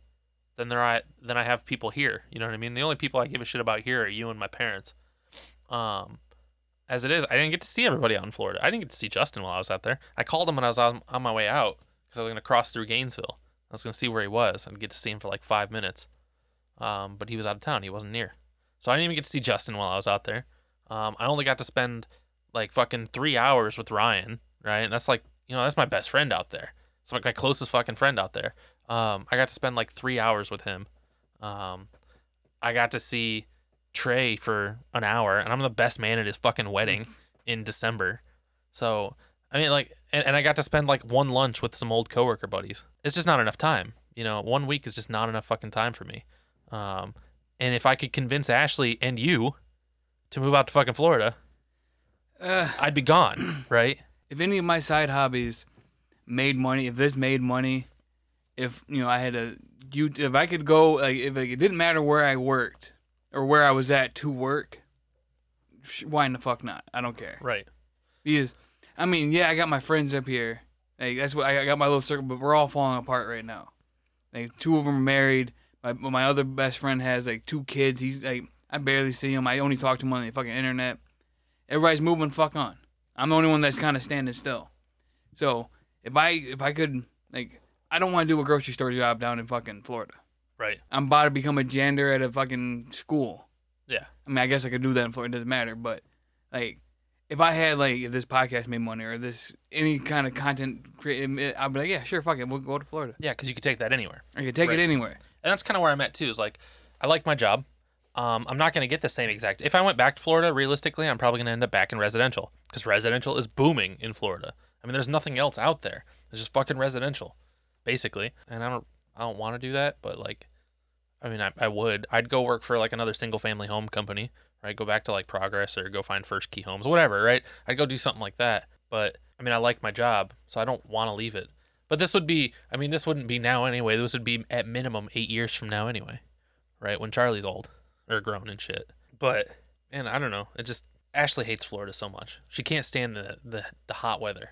Speaker 3: than there I than I have people here. You know what I mean? The only people I give a shit about here are you and my parents. Um, as it is, I didn't get to see everybody out in Florida. I didn't get to see Justin while I was out there. I called him when I was on, on my way out because I was going to cross through Gainesville. I I was gonna see where he was and get to see him for like five minutes, um, but he was out of town. He wasn't near, so I didn't even get to see Justin while I was out there. Um, I only got to spend like fucking three hours with Ryan, right? And that's like you know that's my best friend out there. It's like my closest fucking friend out there. Um, I got to spend like three hours with him. Um, I got to see Trey for an hour, and I'm the best man at his fucking wedding in December. So I mean, like, and, and I got to spend like one lunch with some old coworker buddies. It's just not enough time. You know, one week is just not enough fucking time for me. Um, and if I could convince Ashley and you to move out to fucking Florida,
Speaker 1: Uh,
Speaker 3: I'd be gone, right?
Speaker 1: if any of my side hobbies made money, if this made money, if you know I had a you, if I could go, like, if it didn't matter where I worked or where I was at to work, sh- why in the fuck not? I don't care
Speaker 3: Right.
Speaker 1: because, I mean, yeah, I got my friends up here. Like that's what I I got my little circle, but we're all falling apart right now. Like two of them are married. My my other best friend has like two kids. He's like I barely see him. I only talk to him on the fucking internet. Everybody's moving fuck on. I'm the only one that's kind of standing still. So if I if I could like I don't want to do a grocery store job down in fucking Florida.
Speaker 3: Right.
Speaker 1: I'm about to become a janitor at a fucking school.
Speaker 3: Yeah.
Speaker 1: I mean, I guess I could do that in Florida. It doesn't matter. But like, if I had like if this podcast made money or this any kind of content created, I'd be like, yeah, sure, fuck it, we'll go to Florida.
Speaker 3: Yeah, because you could take that anywhere.
Speaker 1: I could take
Speaker 3: Right.
Speaker 1: it anywhere.
Speaker 3: and that's kind of where I'm at too. Is like, I like my job. Um, I'm not going to get the same exact. If I went back to Florida, realistically, I'm probably going to end up back in residential because residential is booming in Florida. I mean, there's nothing else out there. It's just fucking residential, basically. And I don't, I don't want to do that, but like, I mean, I, I would. I'd go work for like another single family home company, right? Go back to like Progress or go find First Key Homes, whatever, right? I'd go do something like that. But I mean, I like my job, so I don't want to leave it. But this would be, I mean, this wouldn't be now anyway. This would be at minimum eight years from now anyway, right? When Charlie's old or grown and shit. But, man, I don't know. It just, Ashley hates Florida so much. She can't stand the, the, the hot weather.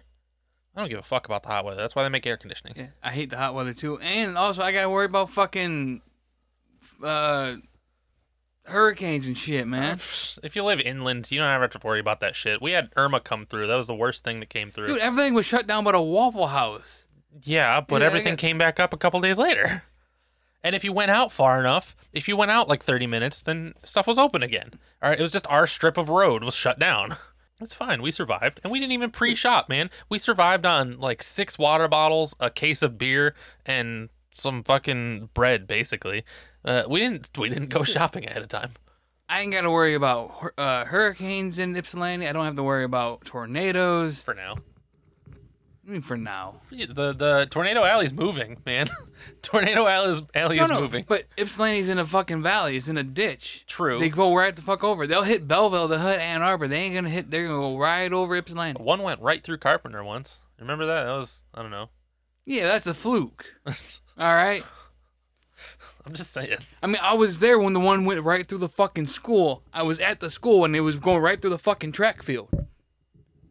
Speaker 3: I don't give a fuck about the hot weather. That's why they make air conditioning.
Speaker 1: Yeah, I hate the hot weather too, and also I gotta worry about fucking uh, hurricanes and shit, man.
Speaker 3: If you live inland, you don't ever have to worry about that shit. We had Irma come through. That was the worst thing that came through.
Speaker 1: Dude, everything was shut down but a Waffle House.
Speaker 3: Yeah, but
Speaker 1: Yeah, I
Speaker 3: everything
Speaker 1: got-
Speaker 3: came back up a couple days later. And if you went out far enough, if you went out like 30 minutes, then stuff was open again. All right, it was just our strip of road was shut down. That's fine. We survived. And we didn't even pre shop, man. We survived on like six water bottles, a case of beer, and some fucking bread, basically. Uh, we didn't we didn't go shopping ahead of time.
Speaker 1: I ain't gotta worry about hur- uh, hurricanes in Ypsilanti. I don't have to worry about tornadoes.
Speaker 3: For now.
Speaker 1: I mean, for now.
Speaker 3: The the tornado alley's moving, man. tornado alley's alley is
Speaker 1: no, no,
Speaker 3: moving.
Speaker 1: But Ypsilanti's in a fucking valley. It's in a ditch.
Speaker 3: True.
Speaker 1: They go right the fuck over. They'll hit Belleville, they'll hit Ann Arbor. They ain't gonna hit. They're gonna go right over Ypsilanti.
Speaker 3: One went right through Carpenter once. Remember that? That was I don't know.
Speaker 1: Yeah, that's a fluke. All right.
Speaker 3: I'm just saying.
Speaker 1: I mean, I was there when the one went right through the fucking school. I was at the school and it was going right through the fucking track field.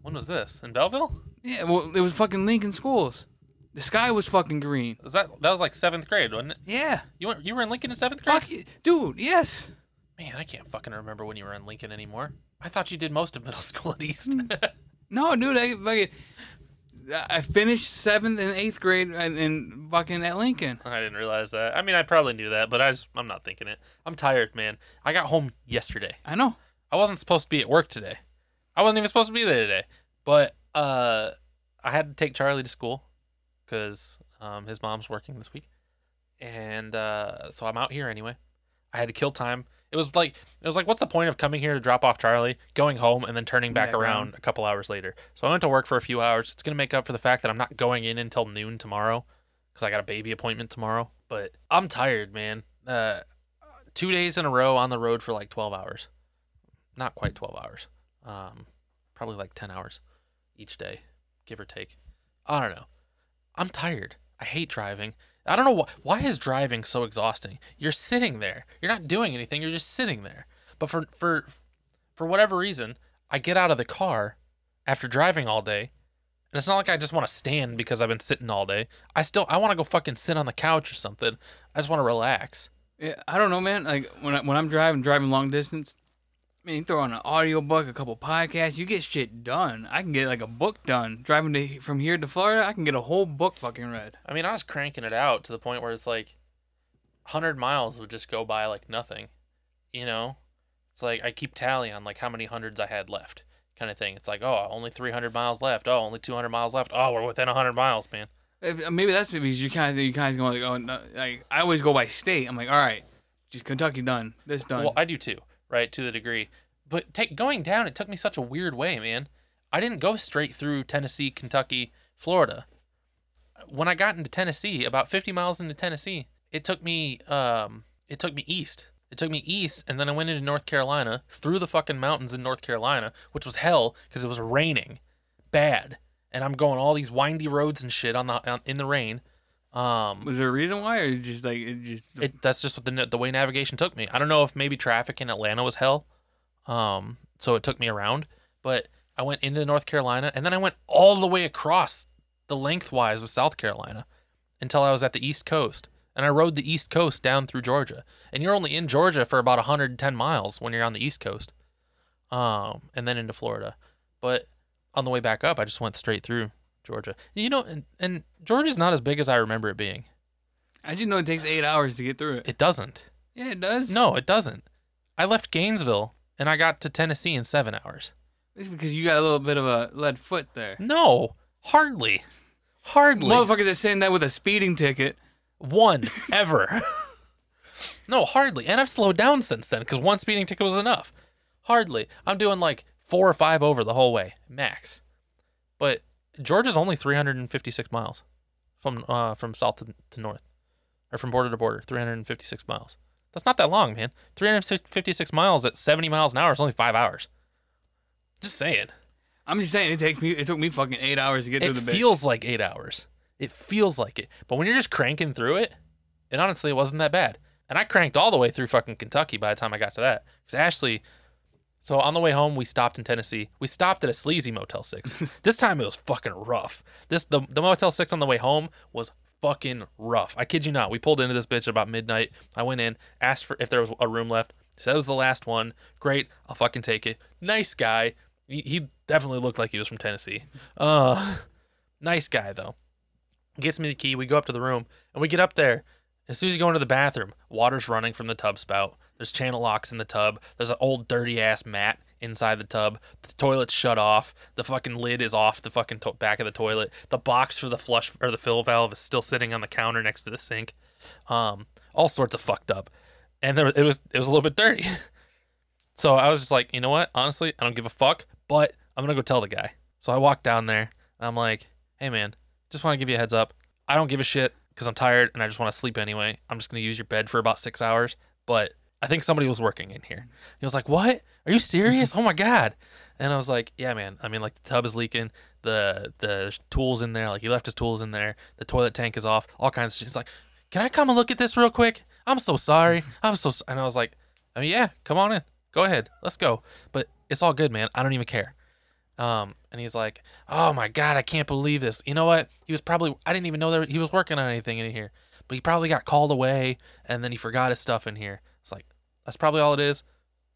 Speaker 3: When was this? In Belleville?
Speaker 1: Yeah, well, it was fucking Lincoln Schools. The sky was fucking green.
Speaker 3: Was that that was like seventh grade, wasn't it?
Speaker 1: Yeah.
Speaker 3: You went you were in Lincoln in seventh grade?
Speaker 1: Fuck it. Dude, yes.
Speaker 3: Man, I can't fucking remember when you were in Lincoln anymore. I thought you did most of middle school at East.
Speaker 1: Hmm. No, dude, I fucking. I finished seventh and eighth grade and, and fucking at Lincoln.
Speaker 3: I didn't realize that. I mean, I probably knew that, but I just I'm not thinking it. I'm tired, man. I got home yesterday.
Speaker 1: I know.
Speaker 3: I wasn't supposed to be at work today. I wasn't even supposed to be there today. But uh, I had to take Charlie to school because um, his mom's working this week, and uh, so I'm out here anyway. I had to kill time. It was like it was like, what's the point of coming here to drop off Charlie, going home, and then turning back
Speaker 1: Back around.
Speaker 3: around a couple hours later? So I went to work for a few hours. It's gonna make up for the fact that I'm not going in until noon tomorrow because I got a baby appointment tomorrow. But I'm tired, man. Uh, two days in a row on the road for like 12 hours not quite 12 hours um probably like 10 hours each day give or take i don't know i'm tired i hate driving i don't know why, why is driving so exhausting you're sitting there you're not doing anything you're just sitting there but for for for whatever reason i get out of the car after driving all day and it's not like i just want to stand because i've been sitting all day i still i want to go fucking sit on the couch or something i just want to relax
Speaker 1: Yeah, I don't know, man. Like when I, when I'm driving, driving long distance, Man, you throw on an audiobook, a couple podcasts, you get shit done. I can get like a book done. Driving to, from here to Florida, I can get a whole book fucking read.
Speaker 3: I mean, I was cranking it out to the point where it's like 100 miles would just go by like nothing. You know? It's like I keep tally on like how many hundreds I had left kind of thing. It's like, oh, only 300 miles left. Oh, only 200 miles left. Oh, we're within 100 miles, man.
Speaker 1: If- uh, Maybe that's it because you kind of you kind of going like oh no, like I always go by state. I'm like all right, just Kentucky done, this done.
Speaker 3: Well, I do too, right? To the degree. But take going down, it took me such a weird way, man. I didn't go straight through Tennessee, Kentucky, Florida. When I got into Tennessee, about 50 miles into Tennessee, it took me um it took me east. It took me east and then I went into North Carolina, through the fucking mountains in North Carolina, which was hell because it was raining bad. And I'm going all these windy roads and shit on the on, in the rain. Um
Speaker 1: Was there a reason why, or is it just like it just
Speaker 3: it, that's just what the na- the way navigation took me. I don't know if maybe traffic in Atlanta was hell, um, so it took me around. But I went into North Carolina, and then I went all the way across the lengthwise with South Carolina until I was at the East Coast, and I rode the East Coast down through Georgia. And you're only in Georgia for about 110 miles when you're on the East Coast, um, and then into Florida. But on the way back up, I just went straight through Georgia. You know, and, and Georgia's not as big as I remember it being.
Speaker 1: I just know it takes eight hours to get through it.
Speaker 3: It doesn't.
Speaker 1: Yeah, it does.
Speaker 3: No, it doesn't. I left Gainesville and I got to Tennessee in seven hours.
Speaker 1: it's because you got a little bit of a lead foot there.
Speaker 3: No, hardly. Hardly.
Speaker 1: Motherfuckers are saying that with a speeding ticket.
Speaker 3: One ever. no, hardly. And I've slowed down since then because one speeding ticket was enough. Hardly. I'm doing like four or five over the whole way, max. But Georgia's only 356 miles from uh, from south to, to north, or from border to border, 356 miles. That's not that long, man. 356 miles at 70 miles an hour is only five hours. Just saying.
Speaker 1: I'm just saying it takes me. It took me fucking eight hours to get
Speaker 3: It
Speaker 1: through the
Speaker 3: feels like eight hours. It feels like it. But when you're just cranking through it, it honestly wasn't that bad. And I cranked all the way through fucking Kentucky by the time I got to that. Because Ashley, so on the way home, we stopped in Tennessee. We stopped at a sleazy Motel 6. this time it was fucking rough. This the, the Motel 6 on the way home was fucking rough. I kid you not. We pulled into this bitch about midnight. I went in, asked for if there was a room left. Said it was the last one. Great. I'll fucking take it. Nice guy. He, he definitely looked like he was from Tennessee. Uh, Nice guy though. Gets me the key. We go up to the room and we get up there. As soon as you go into the bathroom, water's running from the tub spout. There's channel locks in the tub. There's an old dirty ass mat inside the tub. The toilet's shut off. The fucking lid is off the fucking to- back of the toilet. The box for the flush or the fill valve is still sitting on the counter next to the sink. Um, all sorts of fucked up. And there, it was it was a little bit dirty. So I was just like, you know what? Honestly, I don't give a fuck, but I'm gonna go tell the guy. So I walked down there and I'm like, hey man, just want to give you a heads up. I don't give a shit because I'm tired and I just want to sleep anyway. I'm just gonna use your bed for about six hours, but I think somebody was working in here. He was like, what? Are you serious? Oh my god. And I was like, yeah, man. I mean, like the tub is leaking, the the tools in there, like he left his tools in there, the toilet tank is off, all kinds of shit. He's like, can I come and look at this real quick? I'm so sorry. I'm so. s-" And I was like, I mean, yeah, come on in. Go ahead. Let's go. But it's all good, man. I don't even care. Um, and he's like, "Oh my god, I can't believe this." You know what? He was probably I didn't even know that he was working on anything in here, but he probably got called away and then he forgot his stuff in here. It's like that's probably all it is.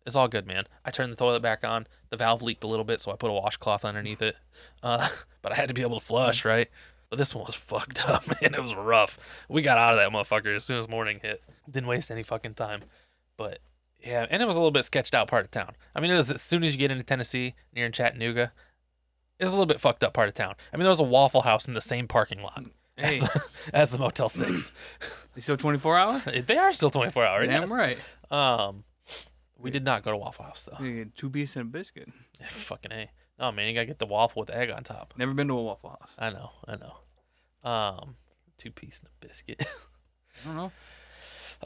Speaker 3: It's all good, man. I turned the toilet back on. The valve leaked a little bit, so I put a washcloth underneath it. Uh, but I had to be able to flush, right? But this one was fucked up, man. It was rough. We got out of that motherfucker as soon as morning hit. Didn't waste any fucking time. But yeah, and it was a little bit sketched out part of town. I mean, it was as soon as you get into Tennessee, near in Chattanooga, it was a little bit fucked up part of town. I mean, there was a Waffle House in the same parking lot
Speaker 1: bitch. Mm, Hey,
Speaker 3: as, the, as the Motel Six.
Speaker 1: they still 24 hours?
Speaker 3: they are still twenty four hours.
Speaker 1: Damn right.
Speaker 3: Um, we did not go to Waffle House though.
Speaker 1: You get two beasts and a biscuit.
Speaker 3: Fucking a. No man, you gotta get the waffle with egg on top.
Speaker 1: Never been to a Waffle House.
Speaker 3: I know, I know. Um, two piece and a biscuit.
Speaker 1: I don't know.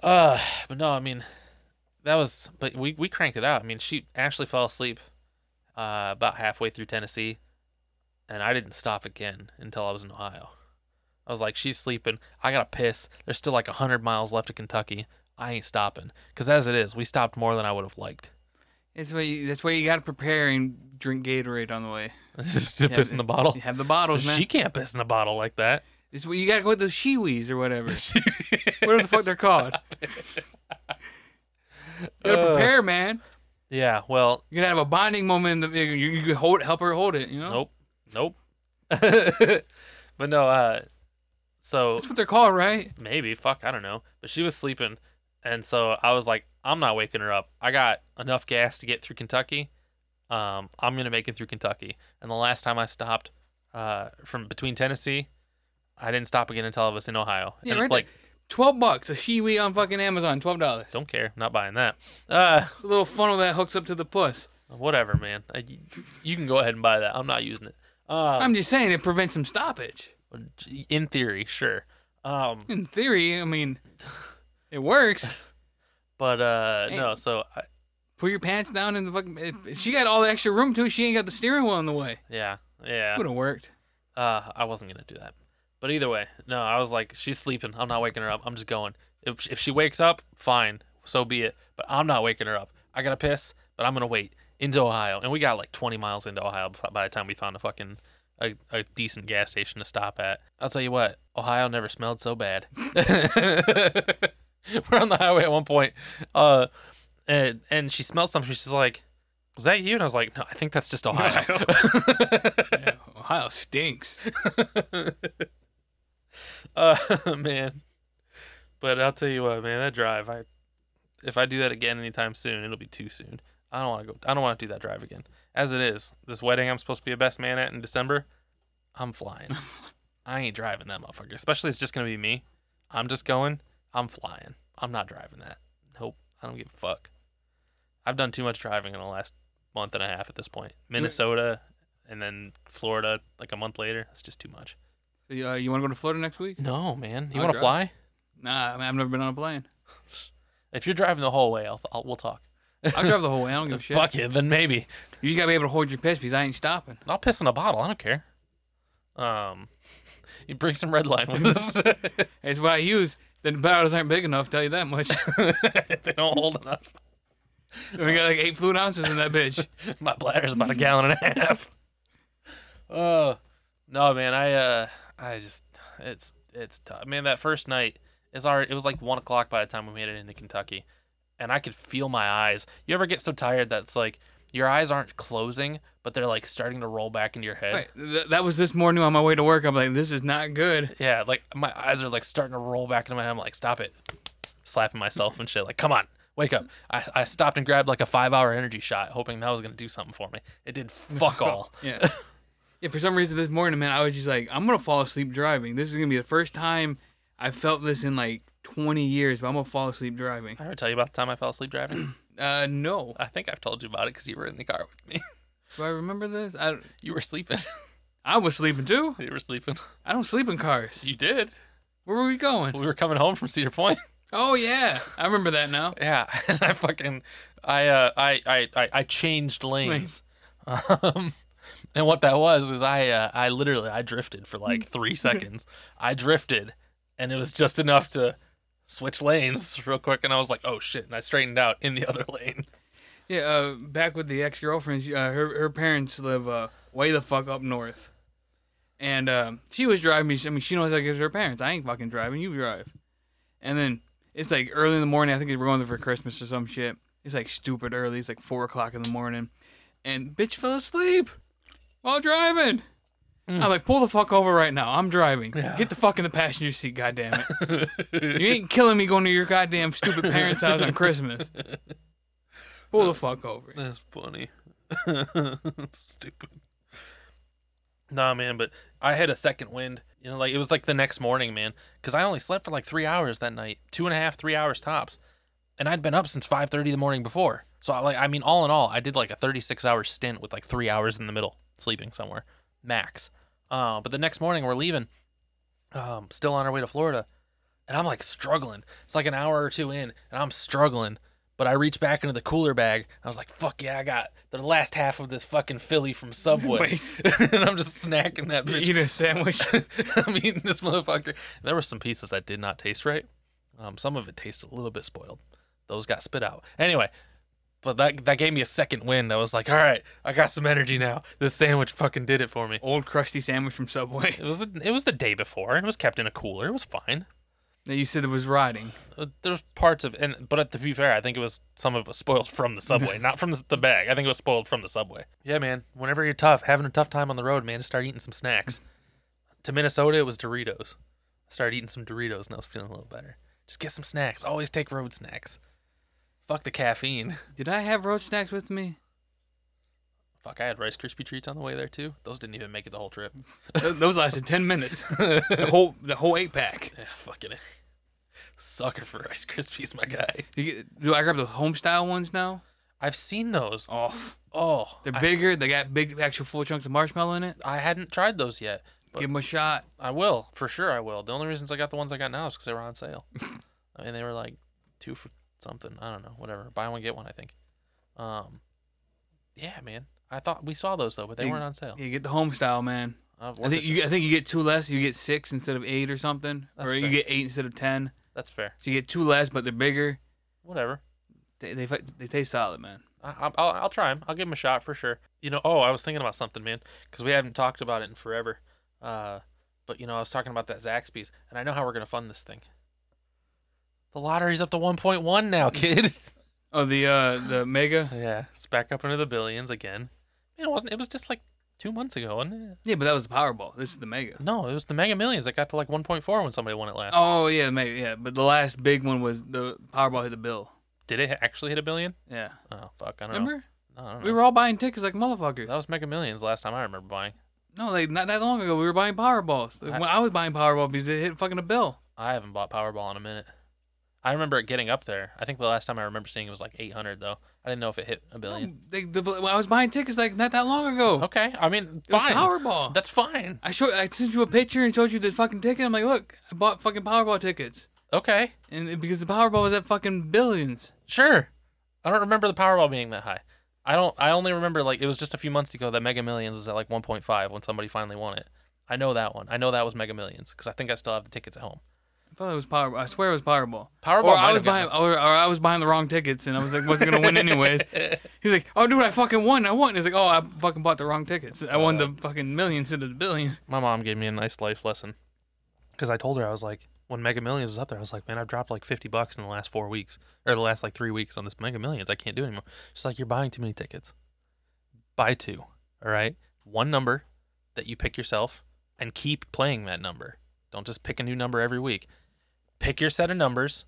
Speaker 3: Uh, but no, I mean, that was. But we we cranked it out. I mean, she actually fell asleep, uh, about halfway through Tennessee, and I didn't stop again until I was in Ohio. I was like, she's sleeping. I gotta piss. There's still like hundred miles left of Kentucky. I ain't stopping. Cause as it is, we stopped more than I would have liked.
Speaker 1: That's why you, that's why you got to prepare and drink Gatorade on the way.
Speaker 3: Just to piss in the bottle.
Speaker 1: You have the bottles, man.
Speaker 3: She can't piss in the bottle like that.
Speaker 1: It's what you got to go with those shiwis or whatever. whatever the fuck they're called. you got to
Speaker 3: Uh.
Speaker 1: prepare, man.
Speaker 3: Yeah. Well,
Speaker 1: You're gonna have a bonding moment. in the- You, you can hold, help her hold it. You know,
Speaker 3: nope, nope. but no. Uh, so
Speaker 1: that's what they're called, right?
Speaker 3: maybe fuck, I don't know. But she was sleeping, and so I was like, I'm not waking her up. I got enough gas to get through Kentucky. Um, I'm gonna make it through Kentucky. And the last time I stopped, uh, from between Tennessee, I didn't stop again until I was in Ohio.
Speaker 1: Yeah,
Speaker 3: and
Speaker 1: right.
Speaker 3: it's like,
Speaker 1: there. Twelve bucks a shiwi on fucking Amazon. Twelve dollars.
Speaker 3: don't care, not buying that. Uh,
Speaker 1: It's a little funnel that hooks up to the puss.
Speaker 3: whatever, man. I, you can go ahead and buy that. I'm not using it. Um,
Speaker 1: I'm just saying it prevents some stoppage.
Speaker 3: in theory, sure. Um,
Speaker 1: In theory, I mean, it works.
Speaker 3: but uh,
Speaker 1: Hey.
Speaker 3: no. So I,
Speaker 1: Put your pants down in the fucking. if- if she got all the extra room too. She ain't got the steering wheel in the way.
Speaker 3: yeah, yeah.
Speaker 1: Would have worked.
Speaker 3: Uh, I wasn't gonna do that. But either way, no. I was like, she's sleeping. I'm not waking her up. I'm just going. If if she wakes up, fine. So be it. But I'm not waking her up. I gotta piss. But I'm gonna wait into Ohio. And we got like 20 miles into Ohio bef- by the time we found a fucking a, a decent gas station to stop at. I'll tell you what. Ohio never smelled so bad. We're on the highway at one point. Uh, and and she smells something. She's like, "Was that you?" And I was like, "No, I think that's just Ohio."
Speaker 1: Yeah, Ohio stinks.
Speaker 3: Uh, man. But I'll tell you what, man, that drive, I if I do that again anytime soon, it'll be too soon. I don't want to go. I don't want to do that drive again. As it is, this wedding I'm supposed to be a best man at in December, I'm flying. I ain't driving that motherfucker. Especially it's just gonna be me. I'm just going. I'm flying. I'm not driving that. Nope. I don't give a fuck. I've done too much driving in the last month and a half at this point. Minnesota and then Florida like a month later. That's just too much.
Speaker 1: So, uh, you want to go to Florida next week?
Speaker 3: No, man. You
Speaker 1: I'll
Speaker 3: want to
Speaker 1: drive.
Speaker 3: fly?
Speaker 1: Nah, I mean, I've never been on a plane.
Speaker 3: If you're driving the whole way, I'll, I'll we'll talk.
Speaker 1: I'll drive the whole way. I don't give a Oh, shit.
Speaker 3: Fuck it, then maybe
Speaker 1: You just gotta be able to hold your piss because I ain't stopping.
Speaker 3: I'll piss in a bottle. I don't care. Um, you bring some red line with us.
Speaker 1: It's what I use. The bottles aren't big enough. Tell you that much.
Speaker 3: they don't hold enough.
Speaker 1: we got like eight fluid ounces in that bitch.
Speaker 3: My bladder's about a gallon and a half.
Speaker 1: Uh,
Speaker 3: Oh no, man. I uh, I just it's it's tough, man. That first night is our. It was like one o'clock by the time we made it into Kentucky, and I could feel my eyes. You ever get so tired that's like your eyes aren't closing, but they're like starting to roll back into your head.
Speaker 1: Right. Th- that was this morning on my way to work. I'm like, this is not good.
Speaker 3: Yeah, like my eyes are like starting to roll back into my head. I'm like, stop it. Slapping myself and shit. Like, come on, wake up. I, I stopped and grabbed like a five hour energy shot, hoping that was going to do something for me. It did fuck all.
Speaker 1: Yeah. yeah. For some reason, this morning, man, I was just like, I'm gonna fall asleep driving. This is gonna be the first time I felt this in like 20 years, but I'm gonna fall asleep driving.
Speaker 3: I ever tell you about the time I fell asleep driving?
Speaker 1: Uh, no.
Speaker 3: I think I've told you about it because you were in the car with me.
Speaker 1: Do I remember this? I,
Speaker 3: You were sleeping.
Speaker 1: I was sleeping too.
Speaker 3: you were sleeping.
Speaker 1: I don't sleep in cars.
Speaker 3: You did.
Speaker 1: Where were we going?
Speaker 3: We were coming home from Cedar Point.
Speaker 1: Oh yeah, I remember that now.
Speaker 3: Yeah, and I fucking, I, uh, I, I, I, I changed lanes. Um, and what that was is I, uh, I literally I drifted for like three seconds. I drifted, and it was just enough to switch lanes real quick. And I was like, oh shit! And I straightened out in the other lane.
Speaker 1: Yeah, uh, back with the ex girlfriends, uh, her her parents live uh, way the fuck up north, and um, she was driving me. I mean, she knows I get her parents. I ain't fucking driving. You drive, and then it's like early in the morning. I think we're going there for Christmas or some shit. It's like stupid early. It's like four o'clock in the morning, and bitch fell asleep while driving. I'm like, pull the fuck over right now. I'm driving. Get the fuck in the passenger seat, goddammit. you ain't killing me going to your goddamn stupid parents' house on Christmas. Pull the fuck over.
Speaker 3: That's funny. Stupid. Nah, man, but I had a second wind. You know, like it was like the next morning, man, because I only slept for like three hours that night, two and a half, three hours tops, and I'd been up since five thirty the morning before. So, I, like, I mean, all in all, I did like a thirty-six hour stint with like three hours in the middle, sleeping somewhere, max. Uh, but the next morning we're leaving, um, still on our way to Florida, and I'm like struggling. It's like an hour or two in, and I'm struggling. But I reach back into the cooler bag. I was like, "Fuck yeah, I got the last half of this fucking Philly from Subway," and I'm just snacking that bitch.
Speaker 1: Eat a sandwich.
Speaker 3: I'm eating this motherfucker. There were some pieces that did not taste right. Um, some of it tasted a little bit spoiled. Those got spit out. Anyway, but that that gave me a second wind. I was like, all right, I got some energy now. This sandwich fucking did it for me.
Speaker 1: Old crusty sandwich from Subway.
Speaker 3: It was the it was the day before. and It was kept in a cooler. It was fine.
Speaker 1: that you said it was rotting.
Speaker 3: Uh, There's parts of and but to be fair, I think it was some of it was spoiled from the subway, not from the- the bag. I think it was spoiled from the subway. Yeah, man. Whenever you're tough, having a tough time on the road, man, just start eating some snacks. to Minnesota, it was Doritos. I started eating some Doritos and I was feeling a little better. Just get some snacks. Always take road snacks. Fuck the caffeine.
Speaker 1: Did I have road snacks with me?
Speaker 3: Fuck, I had Rice Krispie treats on the way there too. Those didn't even make it the whole trip.
Speaker 1: Th- Those lasted ten minutes. the whole the whole eight pack.
Speaker 3: Yeah, fucking it. Sucker for Rice Krispies, my guy.
Speaker 1: Do, you get- do I grab the home style ones now?
Speaker 3: I've seen those.
Speaker 1: Oh,
Speaker 3: Oh,
Speaker 1: they're
Speaker 3: I-
Speaker 1: bigger. they got big actual full chunks of marshmallow in it.
Speaker 3: I hadn't tried those yet.
Speaker 1: Give them a shot.
Speaker 3: I will for sure. I will. The only reasons I got the ones I got now is because they were on sale. I mean, they were like two for something. I don't know. Whatever. Buy one get one. I think. Um, yeah, man. I thought we saw those though, but they
Speaker 1: You-
Speaker 3: weren't on sale.
Speaker 1: Yeah, get the home style, man.
Speaker 3: Uh,
Speaker 1: I
Speaker 3: worth
Speaker 1: think
Speaker 3: a
Speaker 1: you,
Speaker 3: shot.
Speaker 1: I think you get two less. You get six instead of eight or something,
Speaker 3: That's
Speaker 1: or you
Speaker 3: fair.
Speaker 1: get eight instead of ten.
Speaker 3: That's fair.
Speaker 1: So you get two less, but they're bigger.
Speaker 3: Whatever.
Speaker 1: They they, fi- they taste solid, man.
Speaker 3: I, I- I'll I'll try them. I'll give them a shot for sure. You know. Oh, I was thinking about something, man, because we haven't talked about it in forever. Uh, but you know, I was talking about that Zaxby's, and I know how we're gonna fund this thing. The lottery's up to 1.1 now, kid.
Speaker 1: Oh, the uh the mega.
Speaker 3: Yeah, it's back up into the billions again. Man, it wasn't. It was just like two months ago, wasn't
Speaker 1: Yeah, but that was the Powerball. This is the mega.
Speaker 3: it? No, it was the Mega Millions that got to like 1.4 when somebody won it last.
Speaker 1: Oh yeah, maybe yeah. But the last big one was the Powerball hit the bill.
Speaker 3: Did it actually hit a billion?
Speaker 1: Yeah,
Speaker 3: Oh fuck, I don't
Speaker 1: remember?
Speaker 3: know. No, I don't know.
Speaker 1: We were all buying tickets like motherfuckers.
Speaker 3: that was Mega Millions last time I remember buying.
Speaker 1: no, like not that long ago, we were buying Powerballs. Like,
Speaker 3: I-
Speaker 1: when I was buying Powerball because it hit fucking a bill.
Speaker 3: I haven't bought Powerball in a minute. I remember it getting up there. I think the last time I remember seeing it was like 800 though. I didn't know if it hit a billion.
Speaker 1: They, the, when I was buying tickets like not that long ago.
Speaker 3: Oh, Okay, I mean,
Speaker 1: It was
Speaker 3: fine.
Speaker 1: Powerball.
Speaker 3: That's fine.
Speaker 1: I showed, I sent you a picture and showed you the fucking ticket. I'm like, look, I bought fucking Powerball tickets,
Speaker 3: Okay,
Speaker 1: and it- because the Powerball was at fucking billions.
Speaker 3: sure. I don't remember the Powerball being that high. I don't. I only remember like it was just a few months ago that Mega Millions was at like 1.5 when somebody finally won it. I know that one. I know that was Mega Millions because I think I still have the tickets at home.
Speaker 1: I thought it was Powerball. I swear it was Powerball.
Speaker 3: Powerball
Speaker 1: Or
Speaker 3: might
Speaker 1: I was
Speaker 3: have
Speaker 1: buying,
Speaker 3: gotten
Speaker 1: or, or I was buying the wrong tickets, and I was like, wasn't gonna win anyways. He's like, oh dude, I fucking won. I won. He's like, oh, I fucking bought the wrong tickets. I won the
Speaker 3: Uh.
Speaker 1: fucking million instead of the billion.
Speaker 3: My mom gave me a nice life lesson because I told her I was like when Mega Millions was up there, I was like, man, I've dropped like 50 bucks in the last four weeks or the last like three weeks on this Mega Millions. I can't do it anymore. She's like, you're buying too many tickets. Buy two. All right, one number that you pick yourself and keep playing that number. Don't just pick a new number every week. Pick your set of numbers,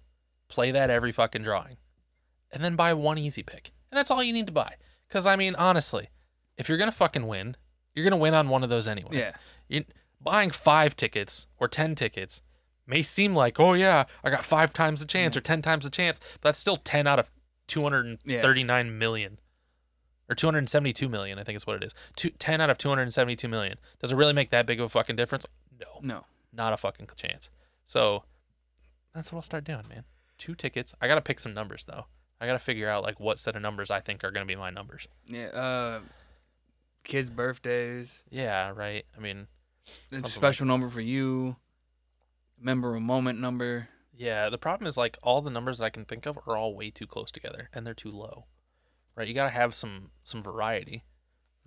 Speaker 3: play that every fucking drawing, and then buy one easy pick. And that's all you need to buy. Because, I mean, honestly, if you're going to fucking win, you're going to win on one of those anyway.
Speaker 1: Yeah.
Speaker 3: You, buying five tickets or 10 tickets may seem like, oh, yeah, I got five times the chance or 10 times the chance, but that's still 10 out of two hundred thirty-nine million or 272 million, I think is what it is. Two, 10 out of 272 million. Does it really make that big of a fucking difference? No
Speaker 1: No.
Speaker 3: not a fucking chance. So that's what I'll start doing, man. Two tickets. I gotta pick some numbers though. I gotta figure out like what set of numbers I think are gonna be my numbers.
Speaker 1: Yeah. Uh, kids' birthdays.
Speaker 3: Yeah, right. I mean,
Speaker 1: It's
Speaker 3: Something
Speaker 1: a
Speaker 3: like
Speaker 1: special number for you. Memorable moment number.
Speaker 3: yeah. The problem is like all the numbers that I can think of are all way too close together and they're too low. Right. You gotta have some some variety.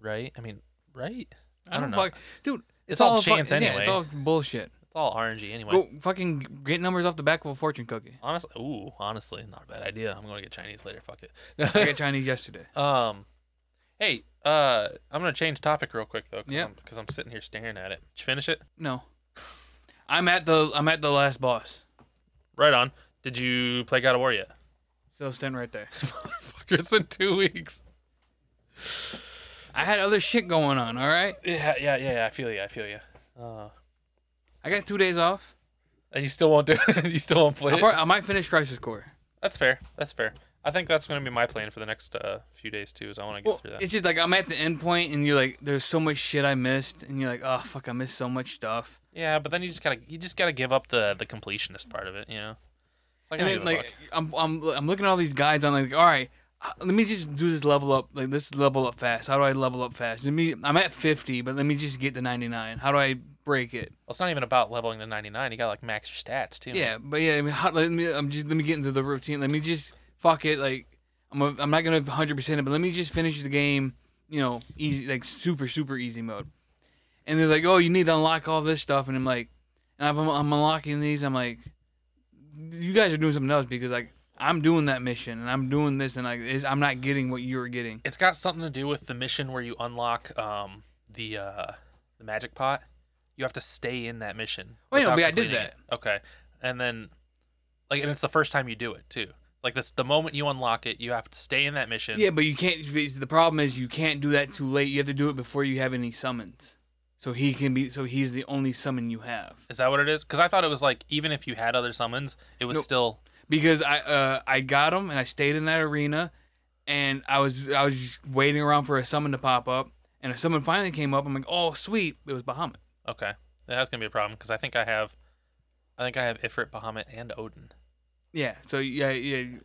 Speaker 3: Right. I mean, right. I don't know.
Speaker 1: fuck- dude.
Speaker 3: It's all
Speaker 1: a fu-
Speaker 3: chance
Speaker 1: Yeah,
Speaker 3: anyway.
Speaker 1: it's all bullshit.
Speaker 3: It's all RNG anyway.
Speaker 1: Go fucking get numbers off the back of a fortune cookie.
Speaker 3: Honestly, ooh, honestly, not a bad idea. I'm gonna get Chinese later. Fuck
Speaker 1: I
Speaker 3: it.
Speaker 1: got Chinese yesterday.
Speaker 3: Um, hey, uh, I'm gonna change topic real quick though,
Speaker 1: Yeah.
Speaker 3: because I'm, sitting here staring at it. Did you finish it?
Speaker 1: No. I'm at the I'm at the last boss.
Speaker 3: Right on. Did you play God of War yet?
Speaker 1: Still standing right there.
Speaker 3: Motherfucker, it's in two weeks.
Speaker 1: I had other shit going on, all right?
Speaker 3: Yeah, yeah, yeah. yeah I feel you. I feel you. Uh,
Speaker 1: I got 2 days off.
Speaker 3: and you still won't do it. you still won't play
Speaker 1: I,
Speaker 3: it.
Speaker 1: prob- I might finish Crisis Core.
Speaker 3: That's fair. That's fair. I think that's gonna be my plan for the next uh, few days too. Is I want to get
Speaker 1: Well,
Speaker 3: through that.
Speaker 1: it's just like I'm at the end point and you're like there's so much shit I missed and you're like, "Oh, fuck, I missed so much stuff."
Speaker 3: Yeah, but then you just gotta you just gotta give up the the completionist part of it. You know. It's like, I
Speaker 1: And
Speaker 3: don't
Speaker 1: then
Speaker 3: give a
Speaker 1: like I'm I'm I'm looking at all these guides on like, "All right, uh, let me just do this level up. Like let's level up fast. How do I level up fast? Let me I'm at 50, but let me just get to 99. How do I break it?"
Speaker 3: Well, it's not even about leveling to 99. You gotta like max your stats too.
Speaker 1: Yeah, but yeah, I mean, how, let me. I'm just let me get into the routine. Let me just fuck it. Like I'm, a, I'm not gonna 100 percent it, but let me just finish the game. You know, easy, like super, super easy mode. And they're like, oh, you need to unlock all this stuff, and I'm like, and I'm, I'm unlocking these. I'm like, you guys are doing something else because like I'm doing that mission and I'm doing this and like it's, I'm not getting what you're getting.
Speaker 3: It's got something to do with the mission where you unlock um, the uh, the magic pot. You have to stay in that mission.
Speaker 1: Well, Oh, yeah,
Speaker 3: without
Speaker 1: we- I did
Speaker 3: completing
Speaker 1: that.
Speaker 3: it. Okay, and then like, and it's the first time you do it too. Like this, the moment you unlock it, you have to stay in that mission.
Speaker 1: Yeah, but you can't. The problem is you can't do that too late. You have to do it before you have any summons. So he can be. So he's the only summon you have.
Speaker 3: Is that what it is? Because I thought it was like even if you had other summons, it was
Speaker 1: Nope.
Speaker 3: still
Speaker 1: because I uh, I got him and I stayed in that arena, and I was I was just waiting around for a summon to pop up, and a summon finally came up. I'm like, oh sweet, it was Bahamut.
Speaker 3: okay. That's gonna be a problem because I think I have, I think I have Ifrit, Bahamut, and Odin.
Speaker 1: Yeah, so yeah yeah,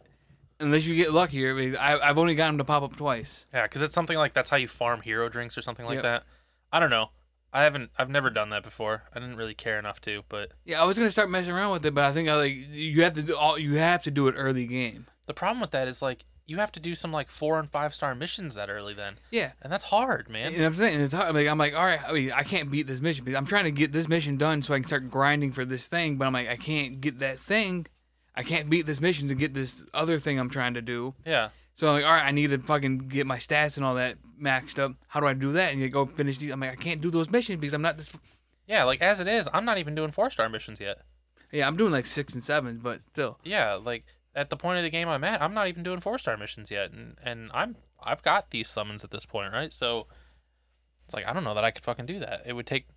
Speaker 1: unless you get luckier, I mean, I, I've only got him to pop up twice.
Speaker 3: Yeah, because it's something like that's how you farm hero drinks or something like
Speaker 1: Yep.
Speaker 3: that. I don't know. I haven't. I've never done that before. I didn't really care enough to. But
Speaker 1: Yeah, I was gonna start messing around with it, but I think I like you have to do all you have to do it early game.
Speaker 3: the problem with that is like you have to do some like four and five star missions that early then,
Speaker 1: Yeah.
Speaker 3: and that's hard, man.
Speaker 1: And I'm saying it's hard. Like, I'm like, all right, I, mean, I can't beat this mission. because I'm trying to get this mission done so I can start grinding for this thing. But I'm like, I can't get that thing. I can't beat this mission to get this other thing I'm trying to do.
Speaker 3: Yeah.
Speaker 1: So I'm like, all right, I need to fucking get my stats and all that maxed up. How do I do that? And you go finish these. I'm like, I can't do those missions because I'm not this.
Speaker 3: Yeah. Like as it is, I'm not even doing four star missions yet.
Speaker 1: Yeah, I'm doing like six and sevens, but still.
Speaker 3: Yeah. Like at the point of the game I'm at, I'm not even doing four star missions yet, and and I'm I've got these summons at this point, right? So it's like I don't know that I could fucking do that. It would take.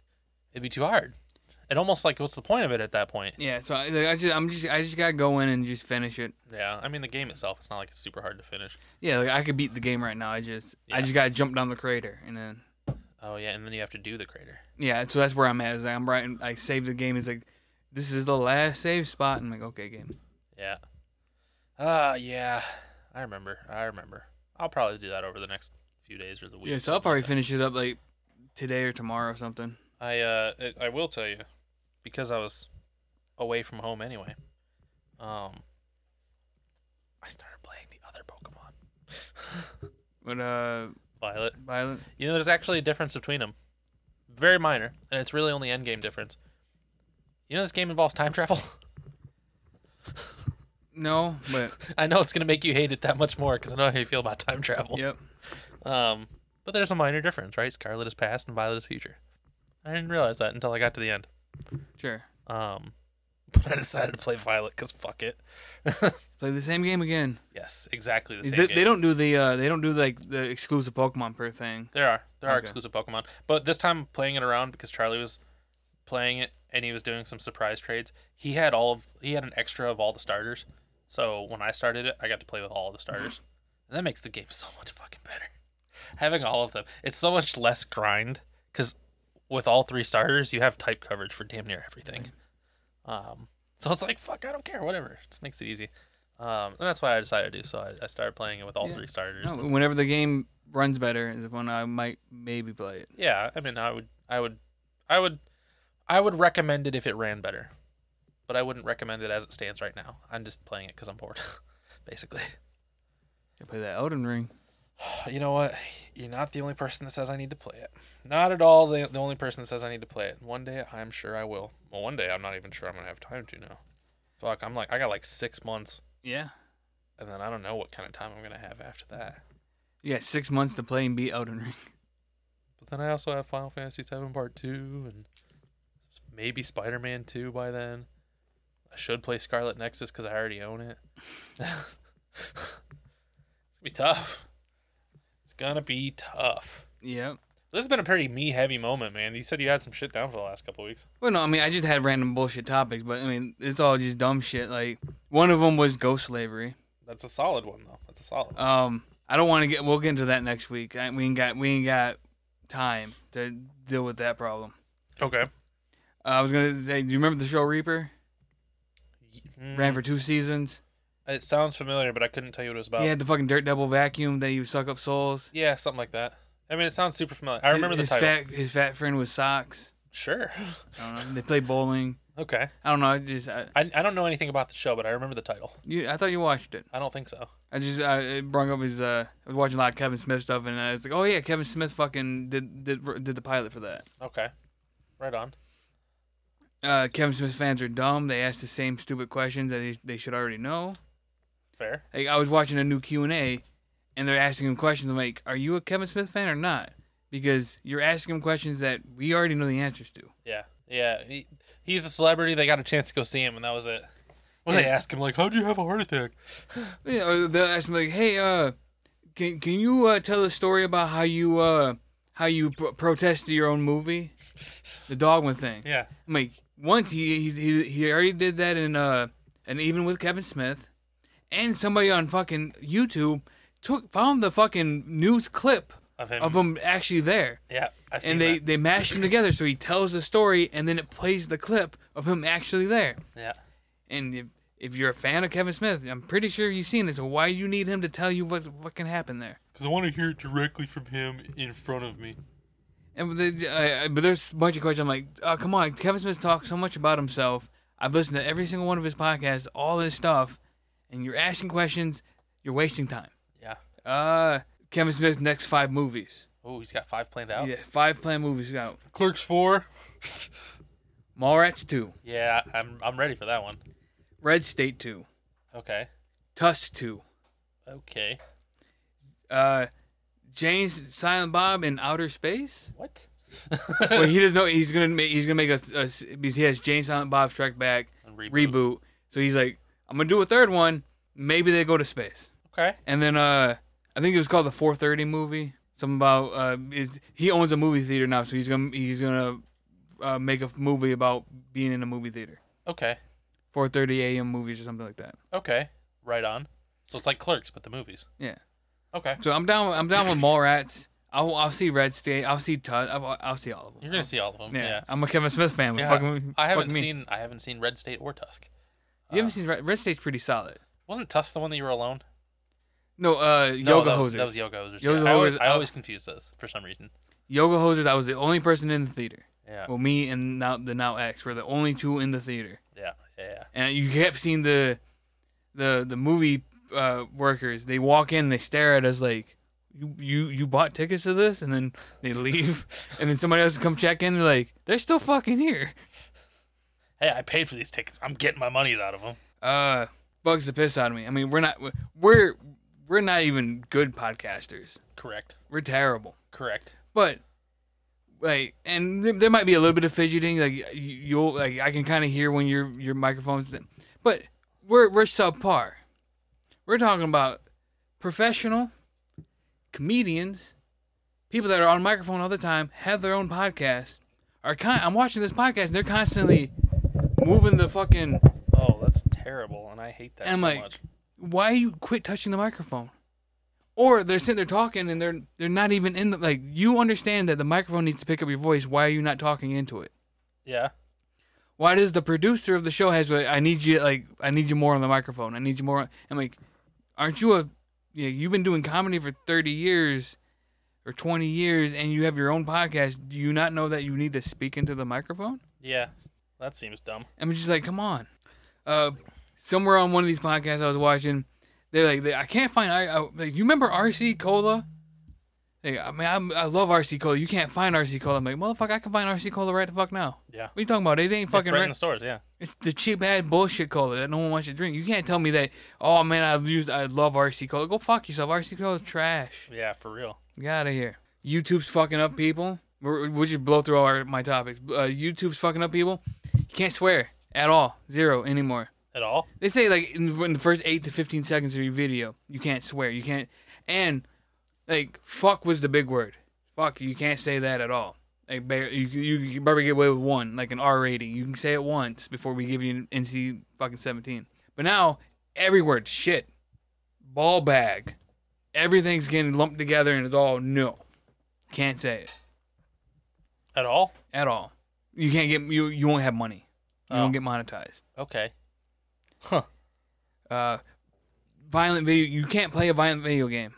Speaker 3: It'd be too hard. It almost like what's the point of it at that point?
Speaker 1: Yeah, so I, like, I just, I'm just, I just gotta go in and just finish it.
Speaker 3: Yeah, I mean the game itself. It's not like it's super hard to finish.
Speaker 1: Yeah, like I could beat the game right now. I just,
Speaker 3: Yeah.
Speaker 1: I just gotta jump down the crater and then.
Speaker 3: Oh yeah, and then you have to do the crater.
Speaker 1: Yeah, so that's where I'm at. Is like I'm right. I saved the game. It's like, this is the last save spot. I'm like, okay, game.
Speaker 3: Yeah. Ah yeah, I remember. I remember. I'll probably do that over the next few days or the week.
Speaker 1: Yeah, so I'll probably finish it up like today or tomorrow or something.
Speaker 3: I uh, I- I will tell you, because I was away from home anyway. Um, I started playing the other Pokemon,
Speaker 1: But uh,
Speaker 3: Violet.
Speaker 1: Violet.
Speaker 3: You know, there's actually a difference between them, very minor, and it's really only end game difference. You know, this game involves time travel.
Speaker 1: No, but
Speaker 3: I know it's gonna make you hate it that much more because I know how you feel about time travel.
Speaker 1: yep.
Speaker 3: Um, but there's a minor difference, right? Scarlet is past and Violet is future. I didn't realize that until I got to the end.
Speaker 1: Sure.
Speaker 3: Um, but I decided to play Violet because fuck it.
Speaker 1: Play the same game again.
Speaker 3: yes, exactly the
Speaker 1: They,
Speaker 3: same.
Speaker 1: they
Speaker 3: game.
Speaker 1: don't do the uh, they don't do like the exclusive Pokemon per thing.
Speaker 3: There are there are
Speaker 1: Okay.
Speaker 3: exclusive Pokemon, but this time playing it around because Charlie was playing it and he was doing some surprise trades. He had all of he had an extra of all the starters. So when I started it, I got to play with all of the starters, and that makes the game so much fucking better. Having all of them, it's so much less grind because with all three starters, you have type coverage for damn near everything. Um, so it's like fuck, I don't care, whatever. It just makes it easy. Um, and that's what I decided to do. So I, I started playing it with all
Speaker 1: Yeah.
Speaker 3: three starters.
Speaker 1: No, whenever the game runs better is when I might maybe play it.
Speaker 3: Yeah, I mean, I would, I would, I would, I would recommend it if it ran better, but I wouldn't recommend it as it stands right now. I'm just playing it because I'm bored, basically.
Speaker 1: I play that Elden Ring.
Speaker 3: You know what? You're not the only person that says I need to play it. Not at all the, the only person that says I need to play it. One day I'm sure I will. Well, one day I'm not even sure I'm gonna have time to now. Fuck, I'm like I got like six months,
Speaker 1: Yeah.
Speaker 3: and then I don't know what kind of time I'm gonna have after that.
Speaker 1: You got six months to play and beat Elden Ring.
Speaker 3: But then I also have Final Fantasy VII Part Two and maybe Spider Man Two by then. I should play Scarlet Nexus because I already own it. it's gonna be tough. It's gonna be tough.
Speaker 1: Yep.
Speaker 3: This has been a pretty me heavy moment, man. You said you had some shit down for the last couple weeks.
Speaker 1: Well, no, I mean, I just had random bullshit topics, but I mean, it's all just dumb shit. Like, one of them was ghost slavery.
Speaker 3: That's a solid one though. That's a solid. One.
Speaker 1: Um, I don't want to get. We'll get into that next week. I, we ain't got. We ain't got time to deal with that problem.
Speaker 3: Okay.
Speaker 1: Uh, I was gonna say, do you remember the show Reaper?
Speaker 3: Mm-hmm.
Speaker 1: Ran for two seasons.
Speaker 3: Mm. It sounds familiar, but I couldn't tell you what it was about.
Speaker 1: He
Speaker 3: Yeah,
Speaker 1: had the fucking dirt devil vacuum that you suck up souls.
Speaker 3: something like that. I mean, it sounds super familiar. I remember the
Speaker 1: his,
Speaker 3: title.
Speaker 1: Fat, his fat friend with socks.
Speaker 3: Sure.
Speaker 1: I don't know. They play bowling.
Speaker 3: okay.
Speaker 1: I don't know. I just. I,
Speaker 3: I, I don't know anything about the show, but I remember the title.
Speaker 1: you, I thought you watched it.
Speaker 3: I don't think so.
Speaker 1: I just I it brought up his uh I was watching a lot of Kevin Smith stuff and I was like, oh yeah, Kevin Smith fucking did did did the pilot for that.
Speaker 3: Okay. Right on.
Speaker 1: Uh, Kevin Smith fans are dumb. They ask the same stupid questions that they, they should already know.
Speaker 3: Fair.
Speaker 1: Like I was watching a new Q and A, and they're asking him questions. I'm like, "Are you a Kevin Smith fan or not?" Because you're asking him questions that we already know the answers to.
Speaker 3: Yeah. Yeah. He, he's a celebrity. They got a chance to go see him, and that was it. When they
Speaker 1: Yeah.
Speaker 3: ask him, like, how'd you have a heart attack?
Speaker 1: Yeah, or they'll ask me like, "Hey, uh, can can you uh, tell a story about how you uh how you pro- protested your own movie, the Dogma thing?"
Speaker 3: Yeah.
Speaker 1: I'm like, once he he he, he already did that in uh and even with Kevin Smith, and somebody on fucking YouTube took found the fucking news clip
Speaker 3: Of him.
Speaker 1: of him actually there,
Speaker 3: yeah. I've seen
Speaker 1: Um, and they
Speaker 3: that.
Speaker 1: they mashed them together. So he tells the story, and then it plays the clip of him actually there.
Speaker 3: Yeah.
Speaker 1: And if, if you're a fan of Kevin Smith, I'm pretty sure you've seen it. So why do you need him to tell you what what can happen there?
Speaker 3: Because I want to hear it directly from him in front of me.
Speaker 1: And the, uh, but there's a bunch of questions. I'm like, oh come on, Kevin Smith talks so much about himself. I've listened to every single one of his podcasts, all this stuff, and you're asking questions. You're wasting time.
Speaker 3: Yeah.
Speaker 1: Uh, Kevin Smith's next five movies.
Speaker 3: Oh, he's got five planned out.
Speaker 1: Yeah, five planned movies out.
Speaker 3: Clerks 4.
Speaker 1: Mallrats two,
Speaker 3: Yeah, I'm, I'm ready for that one.
Speaker 1: Red State two,
Speaker 3: Okay.
Speaker 1: Tusk two,
Speaker 3: Okay.
Speaker 1: uh, James Silent Bob in Outer Space.
Speaker 3: What?
Speaker 1: well, he doesn't know he's gonna make he's gonna make a, a because he has Jane Silent Bob Strike Back
Speaker 3: Reboot.
Speaker 1: reboot. So he's like, I'm gonna do a third one. Maybe they go to space.
Speaker 3: Okay.
Speaker 1: And then uh, I think it was called the 4:30 movie. Something about uh, is he owns a movie theater now, so he's gonna he's gonna uh, make a movie about being in a movie theater.
Speaker 3: Okay.
Speaker 1: 4:30 a.m. movies or something like that.
Speaker 3: Okay. Right on. So it's like Clerks, but the movies.
Speaker 1: Yeah.
Speaker 3: Okay.
Speaker 1: So I'm down. I'm down with Mallrats. I'll I'll see Red State. I'll see Tut. I'll, I'll see all of them.
Speaker 3: You're gonna see all of them.
Speaker 1: Yeah.
Speaker 3: Yeah.
Speaker 1: I'm a Kevin Smith fan.
Speaker 3: Yeah,
Speaker 1: Fuck me-
Speaker 3: I haven't
Speaker 1: fuck me.
Speaker 3: seen uh, I haven't seen Red State or Tusk.
Speaker 1: You haven't seen Red, Red State's pretty solid.
Speaker 3: Wasn't Tusk the one that you were alone?
Speaker 1: No, uh,
Speaker 3: No,
Speaker 1: yoga
Speaker 3: that,
Speaker 1: hosers.
Speaker 3: That was yoga hosers. Oh.
Speaker 1: Yoga
Speaker 3: yeah. I, always,
Speaker 1: Hosers,
Speaker 3: I
Speaker 1: uh,
Speaker 3: always confuse those for some reason.
Speaker 1: yoga hosers. I was the only person in the theater.
Speaker 3: Yeah.
Speaker 1: Well, me and now the now ex were the only two in the theater,
Speaker 3: Yeah. Yeah.
Speaker 1: and you kept seeing the, the the movie uh, workers. They walk in, they stare at us like, you you you bought tickets to this, and then they leave, and then somebody else come check in. They're like, they're still fucking here.
Speaker 3: Hey, I paid for these tickets. I'm getting my monies out of them.
Speaker 1: Uh, bugs the piss out of me. I mean, we're not we're we're not even good podcasters.
Speaker 3: Correct.
Speaker 1: We're terrible.
Speaker 3: Correct.
Speaker 1: But like, and th- there might be a little bit of fidgeting. Like you- you'll like, I can kind of hear when your your microphone's. But we're we're subpar. We're talking about professional comedians, people that are on microphone all the time, have their own podcast. Are con- I'm watching this podcast. and They're constantly moving the fucking.
Speaker 3: Oh, that's terrible, and I hate that
Speaker 1: And I'm
Speaker 3: so
Speaker 1: like,
Speaker 3: much.
Speaker 1: Why you quit touching the microphone? Or they're sitting there talking and they're they're not even in the like. You understand that the microphone needs to pick up your voice. Why are you not talking into it?
Speaker 3: Yeah.
Speaker 1: why does the producer of the show has like, I need you like I need you more on the microphone. I need you more. I'm like, aren't you a you know, you've been doing comedy for 30 years or 20 years and you have your own podcast. Do you not know that you need to speak into the microphone?
Speaker 3: Yeah. That seems dumb.
Speaker 1: I'm just like, come on. Uh, somewhere on one of these podcasts I was watching, they're like, they, I can't find. I, I like, you remember RC Cola? Like, I mean, I'm, I love RC Cola. You can't find RC Cola. I'm like, motherfucker, I can find RC Cola right the fuck now.
Speaker 3: Yeah.
Speaker 1: What you talking about? It ain't
Speaker 3: Fucking
Speaker 1: fucking
Speaker 3: right
Speaker 1: right.
Speaker 3: in the stores. Yeah.
Speaker 1: It's the cheap ass bullshit cola that no one wants to drink. You can't tell me that. Oh man, I've used. I love RC cola. Go fuck yourself. RC cola is trash.
Speaker 3: Yeah. For real.
Speaker 1: Get out of here. YouTube's fucking up people. We're, we just blow through all our, my topics. Uh, YouTube's fucking up people. You can't swear at all. Zero anymore.
Speaker 3: At all.
Speaker 1: They say like in, in the first eight to fifteen seconds of your video, you can't swear. You can't. And like fuck was the big word. Fuck, you can't say that at all. Like bar- you you, you probably get away with one, like an R rating. You can say it once before we give you an NC fucking seventeen. But now every word, shit, ball bag, everything's getting lumped together and it's all no. Can't say it
Speaker 3: At all.
Speaker 1: at all. You can't get you you won't have money. You
Speaker 3: Oh.
Speaker 1: won't get monetized.
Speaker 3: Okay. Huh.
Speaker 1: uh, violent video. You can't play a violent video game.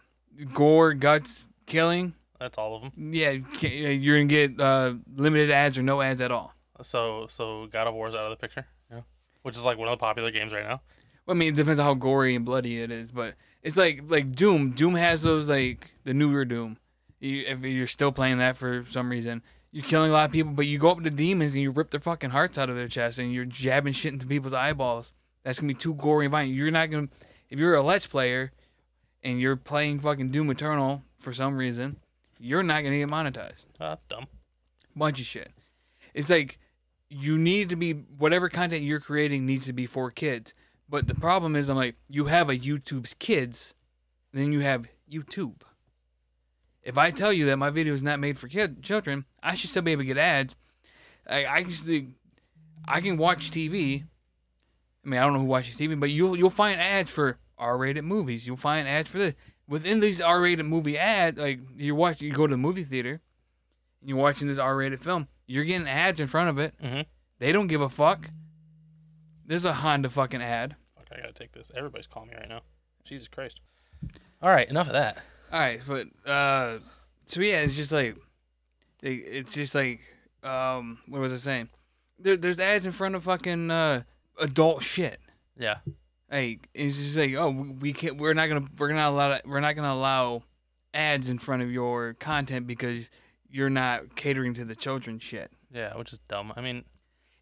Speaker 1: Gore, guts, killing.
Speaker 3: That's all of them.
Speaker 1: Yeah, you can't- yeah, you're gonna get uh, limited ads or no ads at all.
Speaker 3: So so God of War's out of the picture. Yeah. Which is like one of the popular games right now.
Speaker 1: Well, I mean, it depends on how gory and bloody it is, but it's like like Doom. Doom has those like the newer Doom. You, if you're still playing that for some reason, You're killing a lot of people, but you go up to demons and you rip their fucking hearts out of their chest and you're jabbing shit into people's eyeballs. That's gonna be too gory and violent. You're not gonna if you're a Let's player and you're playing fucking Doom Eternal for some reason, you're not gonna get monetized.
Speaker 3: Oh, that's dumb.
Speaker 1: Bunch of shit. It's like you need to be whatever content you're creating needs to be for kids. But the problem is, I'm like, you have a YouTube's kids, then you have YouTube. If I tell you that my video is not made for kid, children, I should still be able to get ads. I, I can still, I can watch TV. I mean, I don't know who watches TV, but you'll you'll find ads for R-rated movies. You'll find ads for this. Within these R-rated movie ads, like you watch, you go to the movie theater, and you're watching this R-rated film. You're getting ads in front of it.
Speaker 3: Mm-hmm.
Speaker 1: They don't give a fuck. There's a Honda fucking ad.
Speaker 3: Fuck, I gotta take this. Everybody's calling me right now. Jesus Christ. All right, enough of that.
Speaker 1: All right, but uh, so yeah, it's just like, like, it's just like, um, what was I saying? There, there's ads in front of fucking uh, adult shit.
Speaker 3: Yeah.
Speaker 1: Like it's just like, oh, we we can't. We're not gonna. We're gonna allow. We're not gonna allow ads in front of your content because you're not catering to the children shit.
Speaker 3: Yeah, which is dumb. I mean,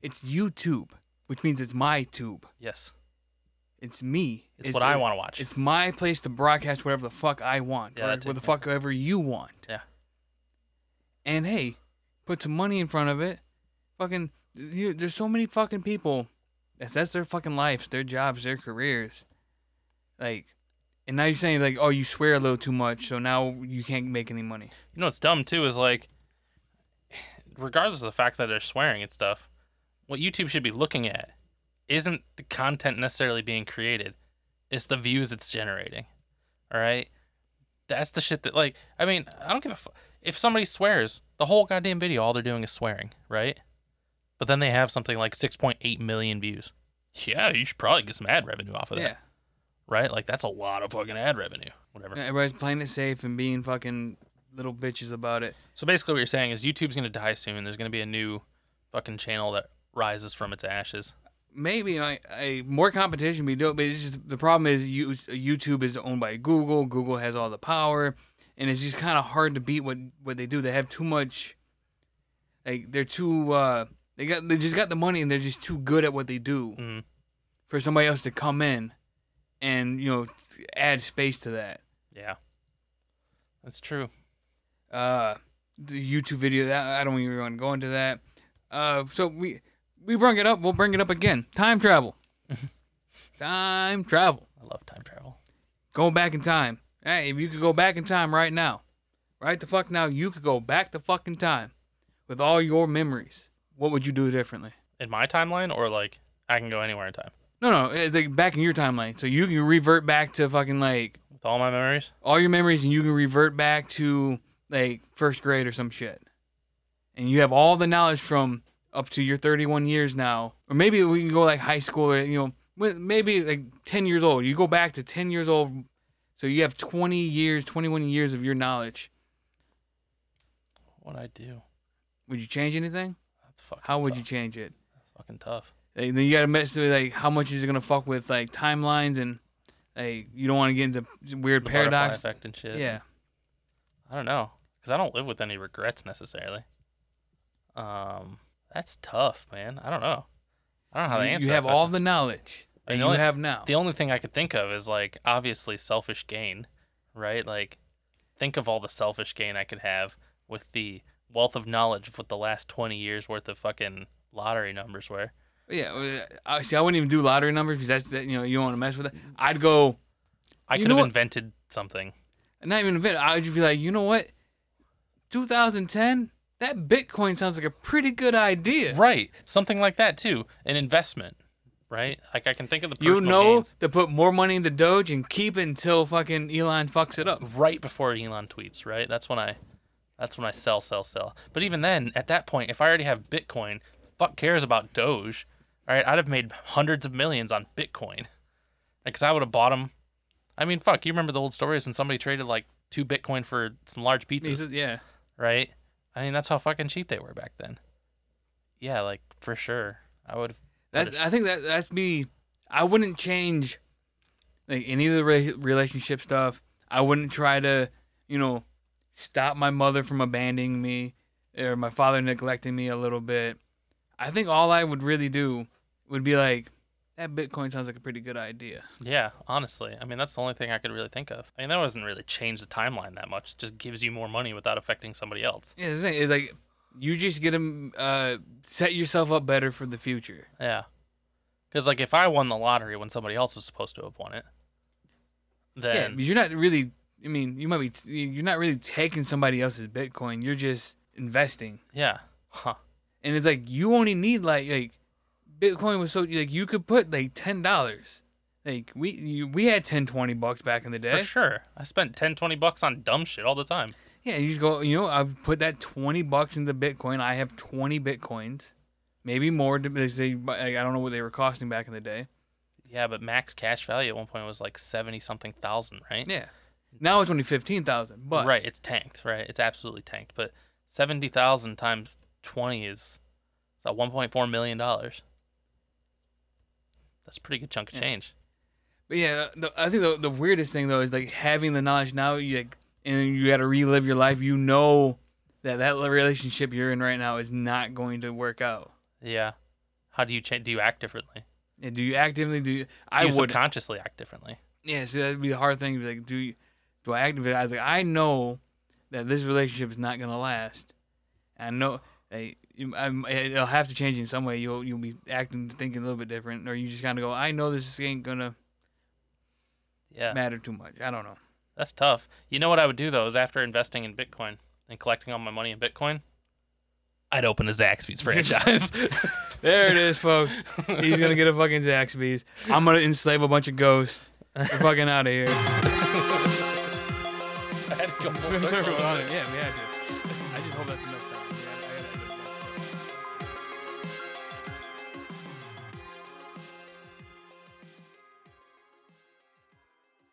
Speaker 1: It's YouTube, which means it's my tube.
Speaker 3: yes,
Speaker 1: It's me.
Speaker 3: it's, what I want to watch.
Speaker 1: It's my place to broadcast whatever the fuck I want,
Speaker 3: Yeah,
Speaker 1: or,
Speaker 3: that too,
Speaker 1: or the
Speaker 3: yeah.
Speaker 1: fuck whatever you want.
Speaker 3: Yeah.
Speaker 1: And hey, put some money in front of it. Fucking, you, there's so many fucking people. That's that's their fucking lives, their jobs, their careers. Like, and now you're saying like, oh, you swear a little too much, so now you can't make any money.
Speaker 3: You know what's dumb too is like, regardless of the fact that they're swearing and stuff, what YouTube should be looking at isn't the content necessarily being created, it's the views it's generating. All right, that's the shit that like. I mean, I don't give a fuck if somebody swears. The whole goddamn video, all they're doing is swearing, right? But then they have something like 6.8 million views. Yeah, you should probably get some ad revenue off of that,
Speaker 1: Yeah.
Speaker 3: right? Like that's a lot of fucking ad revenue. Whatever.
Speaker 1: Everybody's playing it safe and being fucking little bitches about it.
Speaker 3: So basically, what you're saying is YouTube's gonna die soon. There's gonna be a new fucking channel that rises from its ashes.
Speaker 1: maybe I, I more competition would be dope. But it's just the problem is you, YouTube is owned by Google. Google has all the power, and it's just kind of hard to beat what what they do. They have too much. Like they're too. Uh, they got they just got the money, and they're just too good at what they do
Speaker 3: Mhm.
Speaker 1: for somebody else to come in, and you know, add space to that.
Speaker 3: Yeah, that's true.
Speaker 1: uh, the YouTube video. That I don't even want to go into that. Uh, so we we bring it up. We'll bring it up again. Time travel. time travel.
Speaker 3: I love time travel.
Speaker 1: Go back in time. Hey, if you could go back in time right now, right the fuck now, you could go back the fucking time with all your memories. What would you do differently?
Speaker 3: In my timeline, or like I can go anywhere in time
Speaker 1: No, no, it's like back in your timeline. So you can revert back to fucking like
Speaker 3: with all my memories.
Speaker 1: all your memories and you can revert back to like first grade or some shit. And you have all the knowledge from up to your 31 years now. Or maybe we can go like high school or, you know, wi- maybe like 10 years old. You go back to 10 years old. So you have 20 years, 21 years of your knowledge.
Speaker 3: What would I do?
Speaker 1: Would you change anything?
Speaker 3: That's fucking.
Speaker 1: How would
Speaker 3: tough.
Speaker 1: you change it?
Speaker 3: That's fucking tough.
Speaker 1: Like, then you gotta mess with like how much is it gonna fuck with like timelines and like you don't want to get into weird
Speaker 3: The butterfly
Speaker 1: paradox.
Speaker 3: effect and shit.
Speaker 1: Yeah,
Speaker 3: I don't know, cause I don't live with any regrets necessarily. Um, that's tough, man. I don't know. I don't know how to
Speaker 1: you,
Speaker 3: answer.
Speaker 1: you
Speaker 3: that
Speaker 1: have all
Speaker 3: question.
Speaker 1: the knowledge that
Speaker 3: And the
Speaker 1: you
Speaker 3: only-
Speaker 1: have now.
Speaker 3: the only thing I could think of is like obviously selfish gain, right? Like think of all the selfish gain I could have with the wealth of knowledge of what the last 20 years worth of fucking lottery numbers were.
Speaker 1: Yeah, well, I see. I wouldn't even do lottery numbers because that's that, you know you don't want to mess with it. I'd go
Speaker 3: I
Speaker 1: You
Speaker 3: could
Speaker 1: know
Speaker 3: have
Speaker 1: what-
Speaker 3: invented something.
Speaker 1: not even a bit. I would just be like, you know what, 2010, that Bitcoin sounds like a pretty good idea.
Speaker 3: Right. Something like that too. An investment, right? Like I can think of the personal
Speaker 1: You know
Speaker 3: gains
Speaker 1: to put more money into Doge and keep it until fucking Elon fucks it up.
Speaker 3: right before Elon tweets, right? That's when I that's when I sell sell sell. But even then, at that point, if I already have Bitcoin, fuck cares about Doge. All right, I'd have made hundreds of millions on Bitcoin. Because I would have bought them. I mean, fuck, you remember the old stories when somebody traded like two Bitcoin for some large
Speaker 1: He
Speaker 3: pizzas,
Speaker 1: said, yeah,
Speaker 3: right? I mean, that's how fucking cheap they were back then. Yeah, like for sure. I would have.
Speaker 1: that I think that that's me. I wouldn't change like any of the re- relationship stuff. I wouldn't try to you know stop my mother from abandoning me. or my father neglecting me a little bit, I think all I would really do would be like, that Bitcoin sounds like a pretty good idea.
Speaker 3: Yeah, honestly. I mean, that's the only thing I could really think of. I mean, that doesn't really change the timeline that much. It just gives you more money without affecting somebody else.
Speaker 1: Yeah, it's it's like you just get to uh, set yourself up better for the future.
Speaker 3: Yeah. Because, like, if I won the lottery when somebody else was supposed to have won it,
Speaker 1: Yeah,
Speaker 3: then.
Speaker 1: because you're not really. I mean, you might be. T- you're not really taking somebody else's Bitcoin. You're just investing,
Speaker 3: Yeah. Huh.
Speaker 1: and it's like you only need like like Bitcoin was so like you could put like ten dollars. Like we you, we had 10, 20 bucks back in the
Speaker 3: For
Speaker 1: day.
Speaker 3: sure. I spent 10, 20 bucks on dumb shit all the time.
Speaker 1: Yeah, you just go. You know, I put that twenty bucks into Bitcoin. I have twenty Bitcoins, maybe more. to- They say like, I don't know what they were costing back in the day.
Speaker 3: Yeah, but max cash value at one point was like 70 something thousand, right?
Speaker 1: Yeah, now it's only fifteen thousand. But
Speaker 3: Right. It's tanked, right? It's absolutely tanked. But 70,000 times 20 is it's like $1.4 million. That's a pretty good chunk of change.
Speaker 1: But yeah, the, I think the, the weirdest thing though is like having the knowledge now, you like, and you got to relive your life. You know that that relationship you're in right now is not going to work out.
Speaker 3: Yeah. How do you change? Do you act differently?
Speaker 1: And do you actively do? You,
Speaker 3: Do
Speaker 1: I
Speaker 3: you
Speaker 1: would.
Speaker 3: subconsciously act differently.
Speaker 1: yeah, see, that'd be the hard thing. to be Like, do you, do I activate? I was like, I know that this relationship is not gonna last. I know. Hey, you- I'm, it'll have to change in some way. You'll you'll be acting, thinking a little bit different, or you just kind of go, I know this ain't gonna
Speaker 3: Yeah.
Speaker 1: matter too much. I don't know.
Speaker 3: That's tough. You know what I would do though is after investing in Bitcoin and collecting all my money in Bitcoin, I'd open a Zaxby's franchise.
Speaker 1: There it is, folks. He's gonna get a fucking Zaxby's. I'm gonna enslave a bunch of ghosts. We're fucking out of here.
Speaker 3: I had to go full
Speaker 1: yeah, we
Speaker 3: circle.
Speaker 1: had to. I just hope that's enough time.